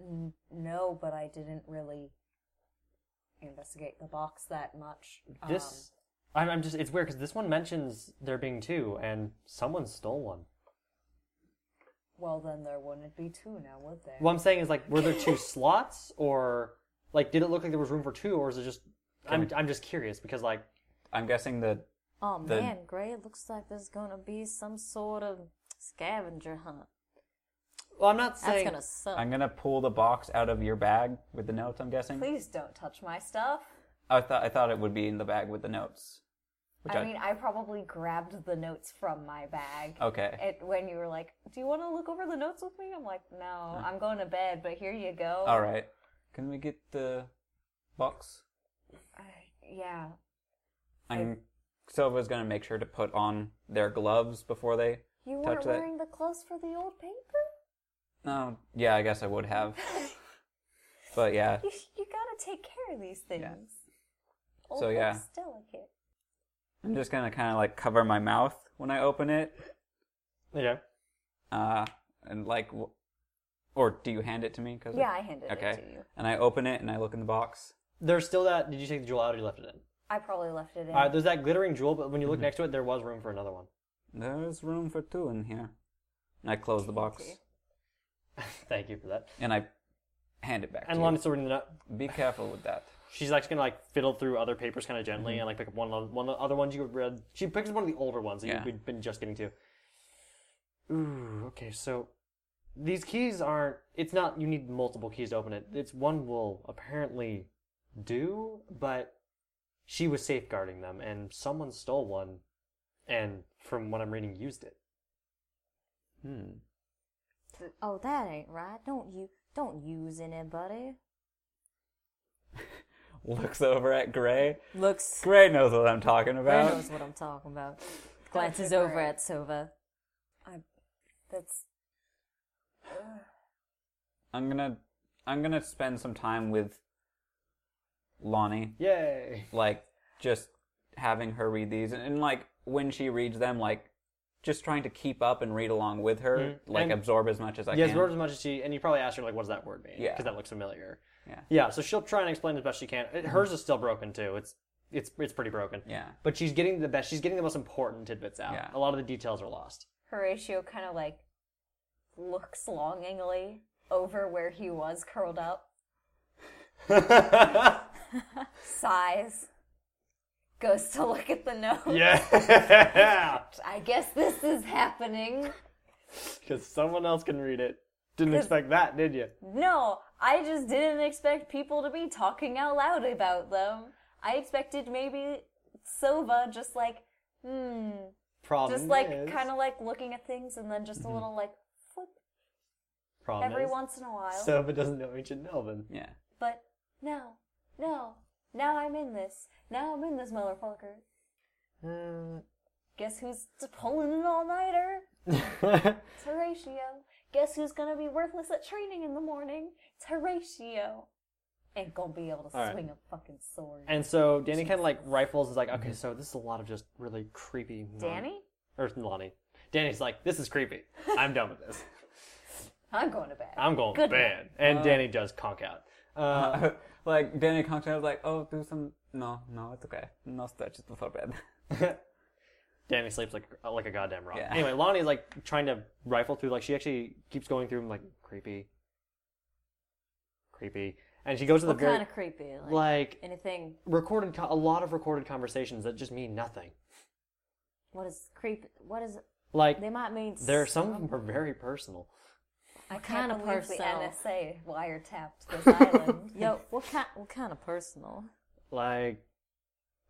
N- no, but I didn't really investigate the box that much. Um,
This I'm, I'm just, it's weird because this one mentions there being two, and someone stole one.
Well, then there wouldn't be two now, would there?
What I'm saying is, like, were there
[laughs]
two slots, or like, did it look like there was room for two, or is it just? I'm I'm just curious because like,
I'm guessing the
Oh
The-
man, Gray, it looks like there's gonna be some sort of scavenger hunt.
well, I'm not
That's
saying.
gonna suck.
I'm gonna pull the box out of your bag with the notes. I'm guessing.
Please don't touch my stuff.
I thought I thought it would be in the bag with the notes. Which
I mean, I probably grabbed the notes from my bag.
okay.
It, when you were like, "Do you want to look over the notes with me?" I'm like, "No, I'm going to bed." But here you go.
All right. Can we get the box?
Yeah.
I'm Silva's gonna make sure to put on their gloves before they.
you
touch
weren't
that.
wearing the clothes for the old paper?
No, yeah, I guess I would
[laughs]
have. but yeah,
You, you gotta take care of these things. Old
So, yeah.
folks delicate.
I'm just gonna kind of like cover my mouth when I open it,
Okay.
uh, and like, w- or do you hand it to me? Cause
Yeah, I handed
okay.
it to you.
And I open it and I look in the box.
There's still that. Did you take the jewel out or you left it in?
I probably left it
All
in.
right, there's that glittering jewel, but when you look next to it, there was room for another one. [laughs]
There's room for two in here. And I close the box
Thank you for that.
and I hand it back.
And
to
Lonnie's still reading the note.
you. Be careful with that.
She's like gonna like fiddle through other papers kind of gently and like pick up one of- one of the other ones you read. She picks up one of the older ones that
Yeah.
you we've been just getting to. Ooh, okay, so these keys aren't. It's not. You need multiple keys to open it. It's one will apparently do, but she was safeguarding them, and someone stole one, and from what I'm reading, used it.
Hmm.
Oh, that ain't right. Don't you? Don't use anybody.
Looks over at Gray.
Looks.
Gray knows what I'm talking
Gray
about.
knows what I'm talking about. Glances
Gray.
over at Sova.
That's
I'm gonna I'm gonna spend some time with Lonnie.
Yay!
Like just having her read these and, and like when she reads them, like just trying to keep up and read along with her,
Mhm.
like
And-
absorb as much as I
yeah,
can.
absorb as much as she, and you probably asked her like, "What does that word mean?"
Yeah.
because that looks familiar.
Yeah. Mm-hmm.
yeah. So she'll try and explain as best she can. It- Hers is still broken too. It's it's it's pretty broken.
Yeah.
but she's getting the best. She's getting the most important tidbits out.
Yeah.
A lot of the details are
[laughs]
lost.
Horatio kind of like looks longingly over where he was curled
[laughs]
up, [laughs] sighs, goes to look at the note.
yeah, [laughs]
I guess this is happening.
because someone else can read it. Didn't expect that, did you?
No, I just didn't expect people to be talking out loud about them. I expected maybe Sova just like, hmm,
Problem
just like
is-
kind of like looking at things and then just a little like flip
Problem
every
is,
once in a while.
Sova doesn't know ancient Nelvin.
Yeah.
But no, no, now I'm in this. Now I'm in this motherfucker. Guess who's t- pulling an all nighter? It's Horatio. Guess who's gonna be worthless at training in the morning? It's Horatio. Ain't gonna be able to
All right.
swing a fucking sword.
[laughs] and so Danny kind of like rifles is like,
Mm-hmm.
okay, so this is a lot of just really creepy.
Danny?
or Lonnie. Danny's like, this is creepy. I'm done with this.
I'm going to bed.
I'm going to
Good
bed.
Uh,
And Danny does conk out. Uh,
[laughs] like Danny comes in, I was like, oh, do some. No, no, it's okay. No stretches before bed. [laughs]
uh,
[laughs] Danny sleeps like like a goddamn rock.
Yeah.
Anyway, Lonnie's like trying to rifle through. Like she actually keeps going through them. Like creepy, creepy, and she goes to the
What
very
kind of creepy? Like,
like
anything?
recorded co- a lot of recorded conversations that just mean nothing.
What is creep? What is?
Like
They might mean.
there are some of them are very personal.
I
kind of
believe the
personal?
NSA
[laughs]
wiretapped this island.
Yo, what kind? What kind of personal?
Like,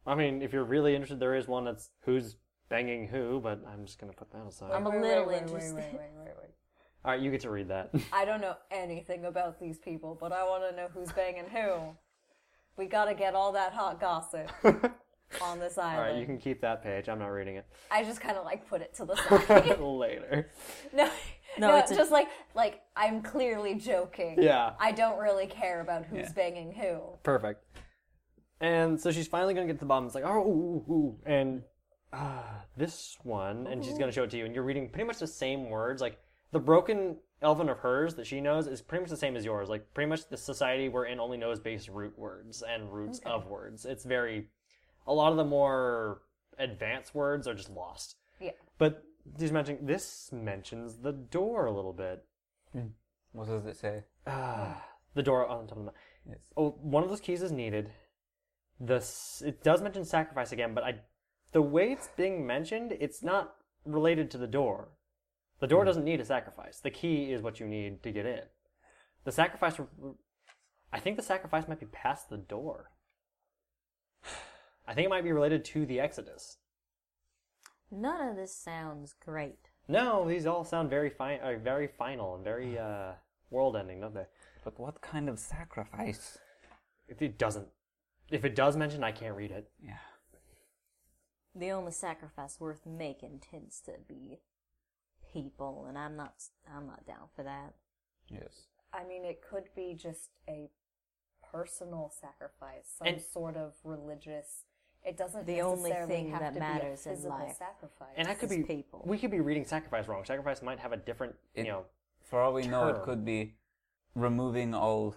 I mean, if you're really interested, there is one that's who's banging who. But I'm just gonna put that aside.
I'm a
Wait, wait,
little
wait, wait,
interested.
wait, wait, wait, wait.
All right, you get to read
[laughs]
that.
I don't know anything about these people, but I want to know who's banging who. We gotta get all that
[laughs]
hot gossip on this
All
island.
right, you can keep that page. I'm not reading
I just kind of like put it to
[laughs]
the side.
it. [laughs] Later.
no,
No,
no,
it's
it's
a-
just like like I'm clearly joking.
Yeah.
I don't really care about who's
Yeah.
banging who.
Perfect. And so she's finally gonna get to the bottom. It's like, oh, ooh, ooh, ooh. and uh, this one, and she's gonna show it to you, and you're reading pretty much the same words. Like the broken elven of hers that she knows is pretty much the same as yours. Like pretty much the society we're in only knows base root words and roots of words. It's very a lot of the more advanced words are just lost.
Yeah.
But these mention this mentions the door a little bit.
What does it say?
Ah, [sighs] the door on top of the map.
Yes.
Oh, one of those keys is needed. The s- it does mention sacrifice again, but I, the way it's being mentioned, it's not related to the door. The door doesn't need a sacrifice. The key is what you need to get in. The sacrifice, I think the sacrifice might be past the door. I think it might be related to the Exodus.
None of this sounds great.
No, these all sound very fine, uh, very final, and very uh, world-ending, don't they?
But what kind of sacrifice?
If it doesn't, if it does mention, I can't read it.
Yeah.
The only sacrifice worth making tends to be people, and I'm not I'm not down for that.
Yes.
I mean, it could be just a personal sacrifice, some
And-
sort of religious. It doesn't
The only
necessarily
thing
have
that
to
matters
be
in
a physical
life.
sacrifice.
And I could
It's
be
people.
We could be reading sacrifice wrong. Sacrifice might have a different,
It-
you know.
For all we know,
term.
it could be removing all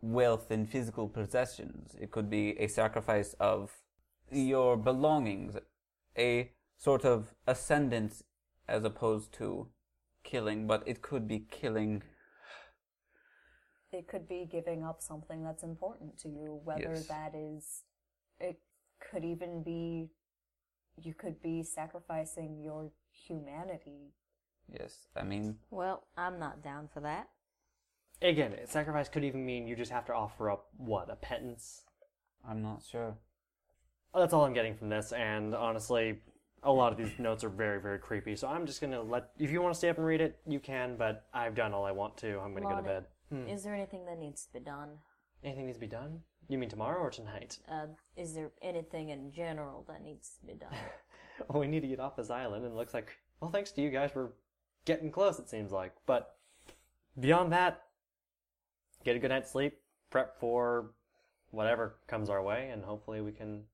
wealth and physical possessions. It could be a sacrifice of your belongings, a sort of ascendance as opposed to killing, but it could be killing.
it could be giving up something that's important to you, whether
Yes.
that is. It could even be. You could be sacrificing your humanity.
Yes, I mean,
Well, I'm not down for that.
Again, sacrifice could even mean you just have to offer up what a penance. Oh,
I'm not sure.
That's all I'm getting from this, and honestly, a lot of these notes are very, very creepy. So I'm just gonna let. If you want to stay up and read it, you can. But I've done all I want to. I'm gonna go to
Lonnie,
bed. Hmm.
Is there anything that needs to be done?
Anything needs to be done? You mean tomorrow or tonight?
Uh, is there anything in general that needs to be done?
Oh, [laughs] we need to get off this island. And it looks like, well, thanks to you guys, we're getting close. It seems like, but beyond that, get a good night's sleep. Prep for whatever comes our way, and hopefully we can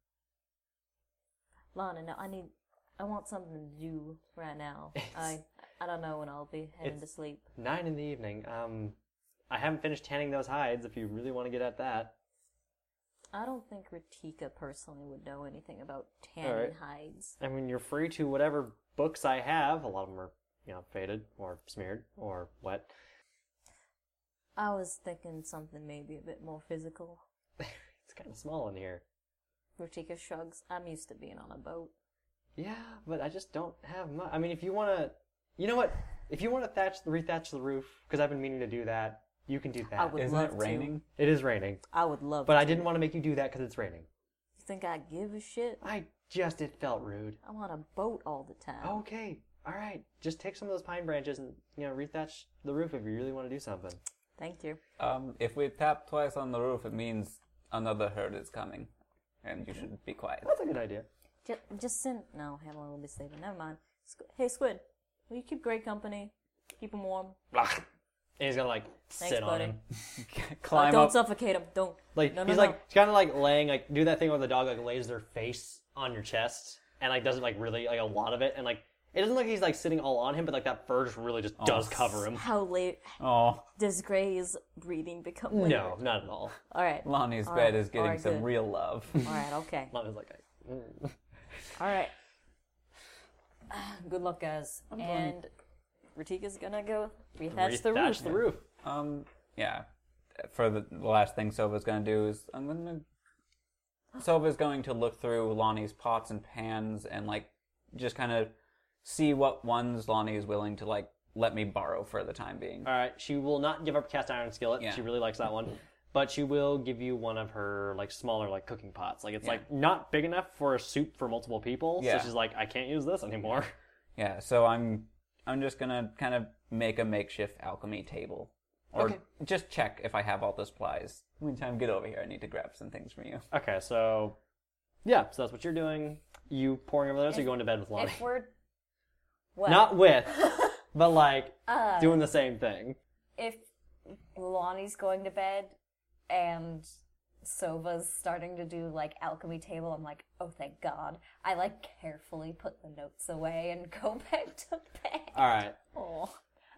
Lana, no, I need I want something to do right now. I I don't know when I'll be heading to
It's-
sleep.
Nine in the evening. Um, I haven't finished tanning those hides. If you really want to get at that,
I don't think Ratika personally would know anything about tanning
Alright.
hides.
I mean, you're free to whatever books I have. A lot of them are, you know, faded or smeared or wet.
I was thinking something maybe a bit more physical.
It's kind of small in here.
Ratika shrugs. I'm used to being on a boat.
Yeah, but I just don't have much. I mean, if you want to, you know what? If you want to thatch, rethatch the roof, because I've been meaning to do that. You can do that.
I would
Isn't
love
it
to.
raining?
It is raining,
I would love
but
to.
I didn't want to make you do that because it's raining.
You think I give a shit?
I just it felt rude.
I'm on a boat all the time.
Okay, all right. Just take some of those pine branches and you know rethatch the roof if you really want to do something.
Thank you.
Um, if we tap twice on the roof, it means another herd is coming, and you should be
[laughs]
quiet.
That's a good idea.
Just, just send. No, Hamlin will be sleeping. Never mind. Squ- hey, Squid, will you keep Gray company? Keep him warm.
and he's gonna like sit on
buddy.
him.
Climb
don't
up.
suffocate him. Don't.
Like
No, no,
he's
no.
like he's kind of like laying like do that thing where the dog like lays their face on your chest and like doesn't like really like a lot of it and like it doesn't look like he's like sitting all on him but like that fur just really just does cover
[laughs]
him.
How late
Oh,
does Gray's breathing become?
No,
later?
not at all.
All right. All
Lonnie's bed
right,
is getting
alright,
some
good.
real love. [laughs]
right. Okay.
Lana's like I,
All right. [sighs] Good luck, guys. and Ratika's gonna go rehatch the roof.
rethatch the roof.
Um, yeah. For the the last thing Sova's gonna do is I'm gonna. Sova's going to look through Lonnie's pots and pans and like just kind of see what ones Lonnie is willing to like let me borrow for the time being.
All right, she will not give up cast iron skillet.
Yeah.
She really likes that one. But she will give you one of her like smaller like cooking pots. Like it's like not big enough for a soup for multiple people.
Yeah.
So she's like, I can't use this anymore.
Yeah, so I'm I'm just gonna kind of make a makeshift alchemy table, or
Okay.
just check if I have all the supplies. Meantime, get over here. I need to grab some things from you.
Okay, so yeah, so that's what you're doing. You pouring over there, so you're going to bed with Lonnie.
If we're well,
Not
[laughs]
with, but like
Uh,
doing the same thing.
if Lonnie's going to bed and Sova's starting to do like alchemy table, I'm like, oh thank God. I like carefully put the notes away and [laughs] go back to bed.
All right.
Oh,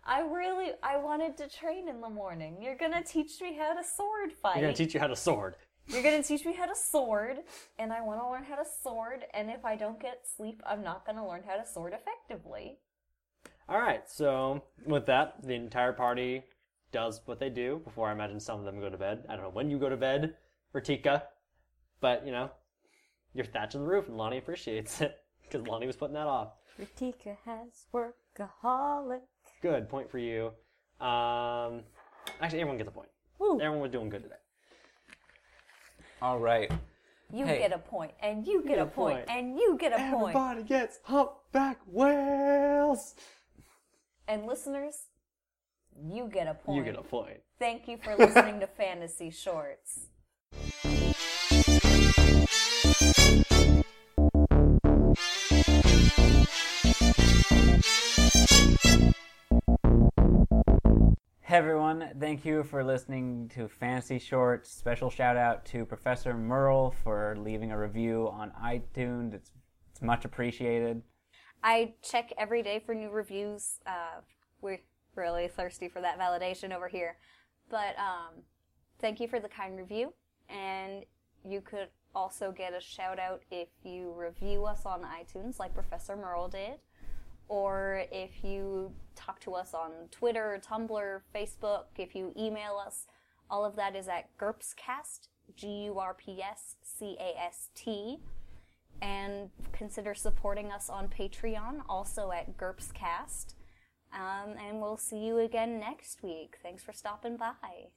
I really I wanted to train in the morning. You're gonna teach me how to sword fight.
You're gonna teach you how to sword.
You're gonna teach me how to sword, and I want to learn how to sword. And if I don't get sleep, I'm not gonna learn how to sword effectively.
All right. So with that, the entire party does what they do. Before I imagine some of them go to bed. I don't know when you go to bed, Ratika, but you know, you're thatching the roof, and Lonnie appreciates it because Lonnie was putting that off.
Ratika has workaholic.
Good point for you. Um, actually, everyone gets a point.
Woo.
Everyone was doing good today.
All right.
You
Hey.
get a point, and you get a point,
point.
and you get a point.
Everybody gets humpback whales.
And listeners, you get a point.
You get a point.
Thank you for listening to Fantasy Shorts.
Hey everyone, thank you for listening to Fantasy Shorts. Special shout out to Professor Merle for leaving a review on iTunes. It's, it's much appreciated.
I check every day for new reviews. Uh, we're really thirsty for that validation over here. But um, thank you for the kind review. And you could also get a shout out if you review us on iTunes, like Professor Merle did, or if you talk to us on Twitter, Tumblr, Facebook, if you email us. All of that is at GURPSCast, G U R P S C A S T and consider supporting us on Patreon, also at GURPSCast. Um, and we'll see you again next week. Thanks for stopping by.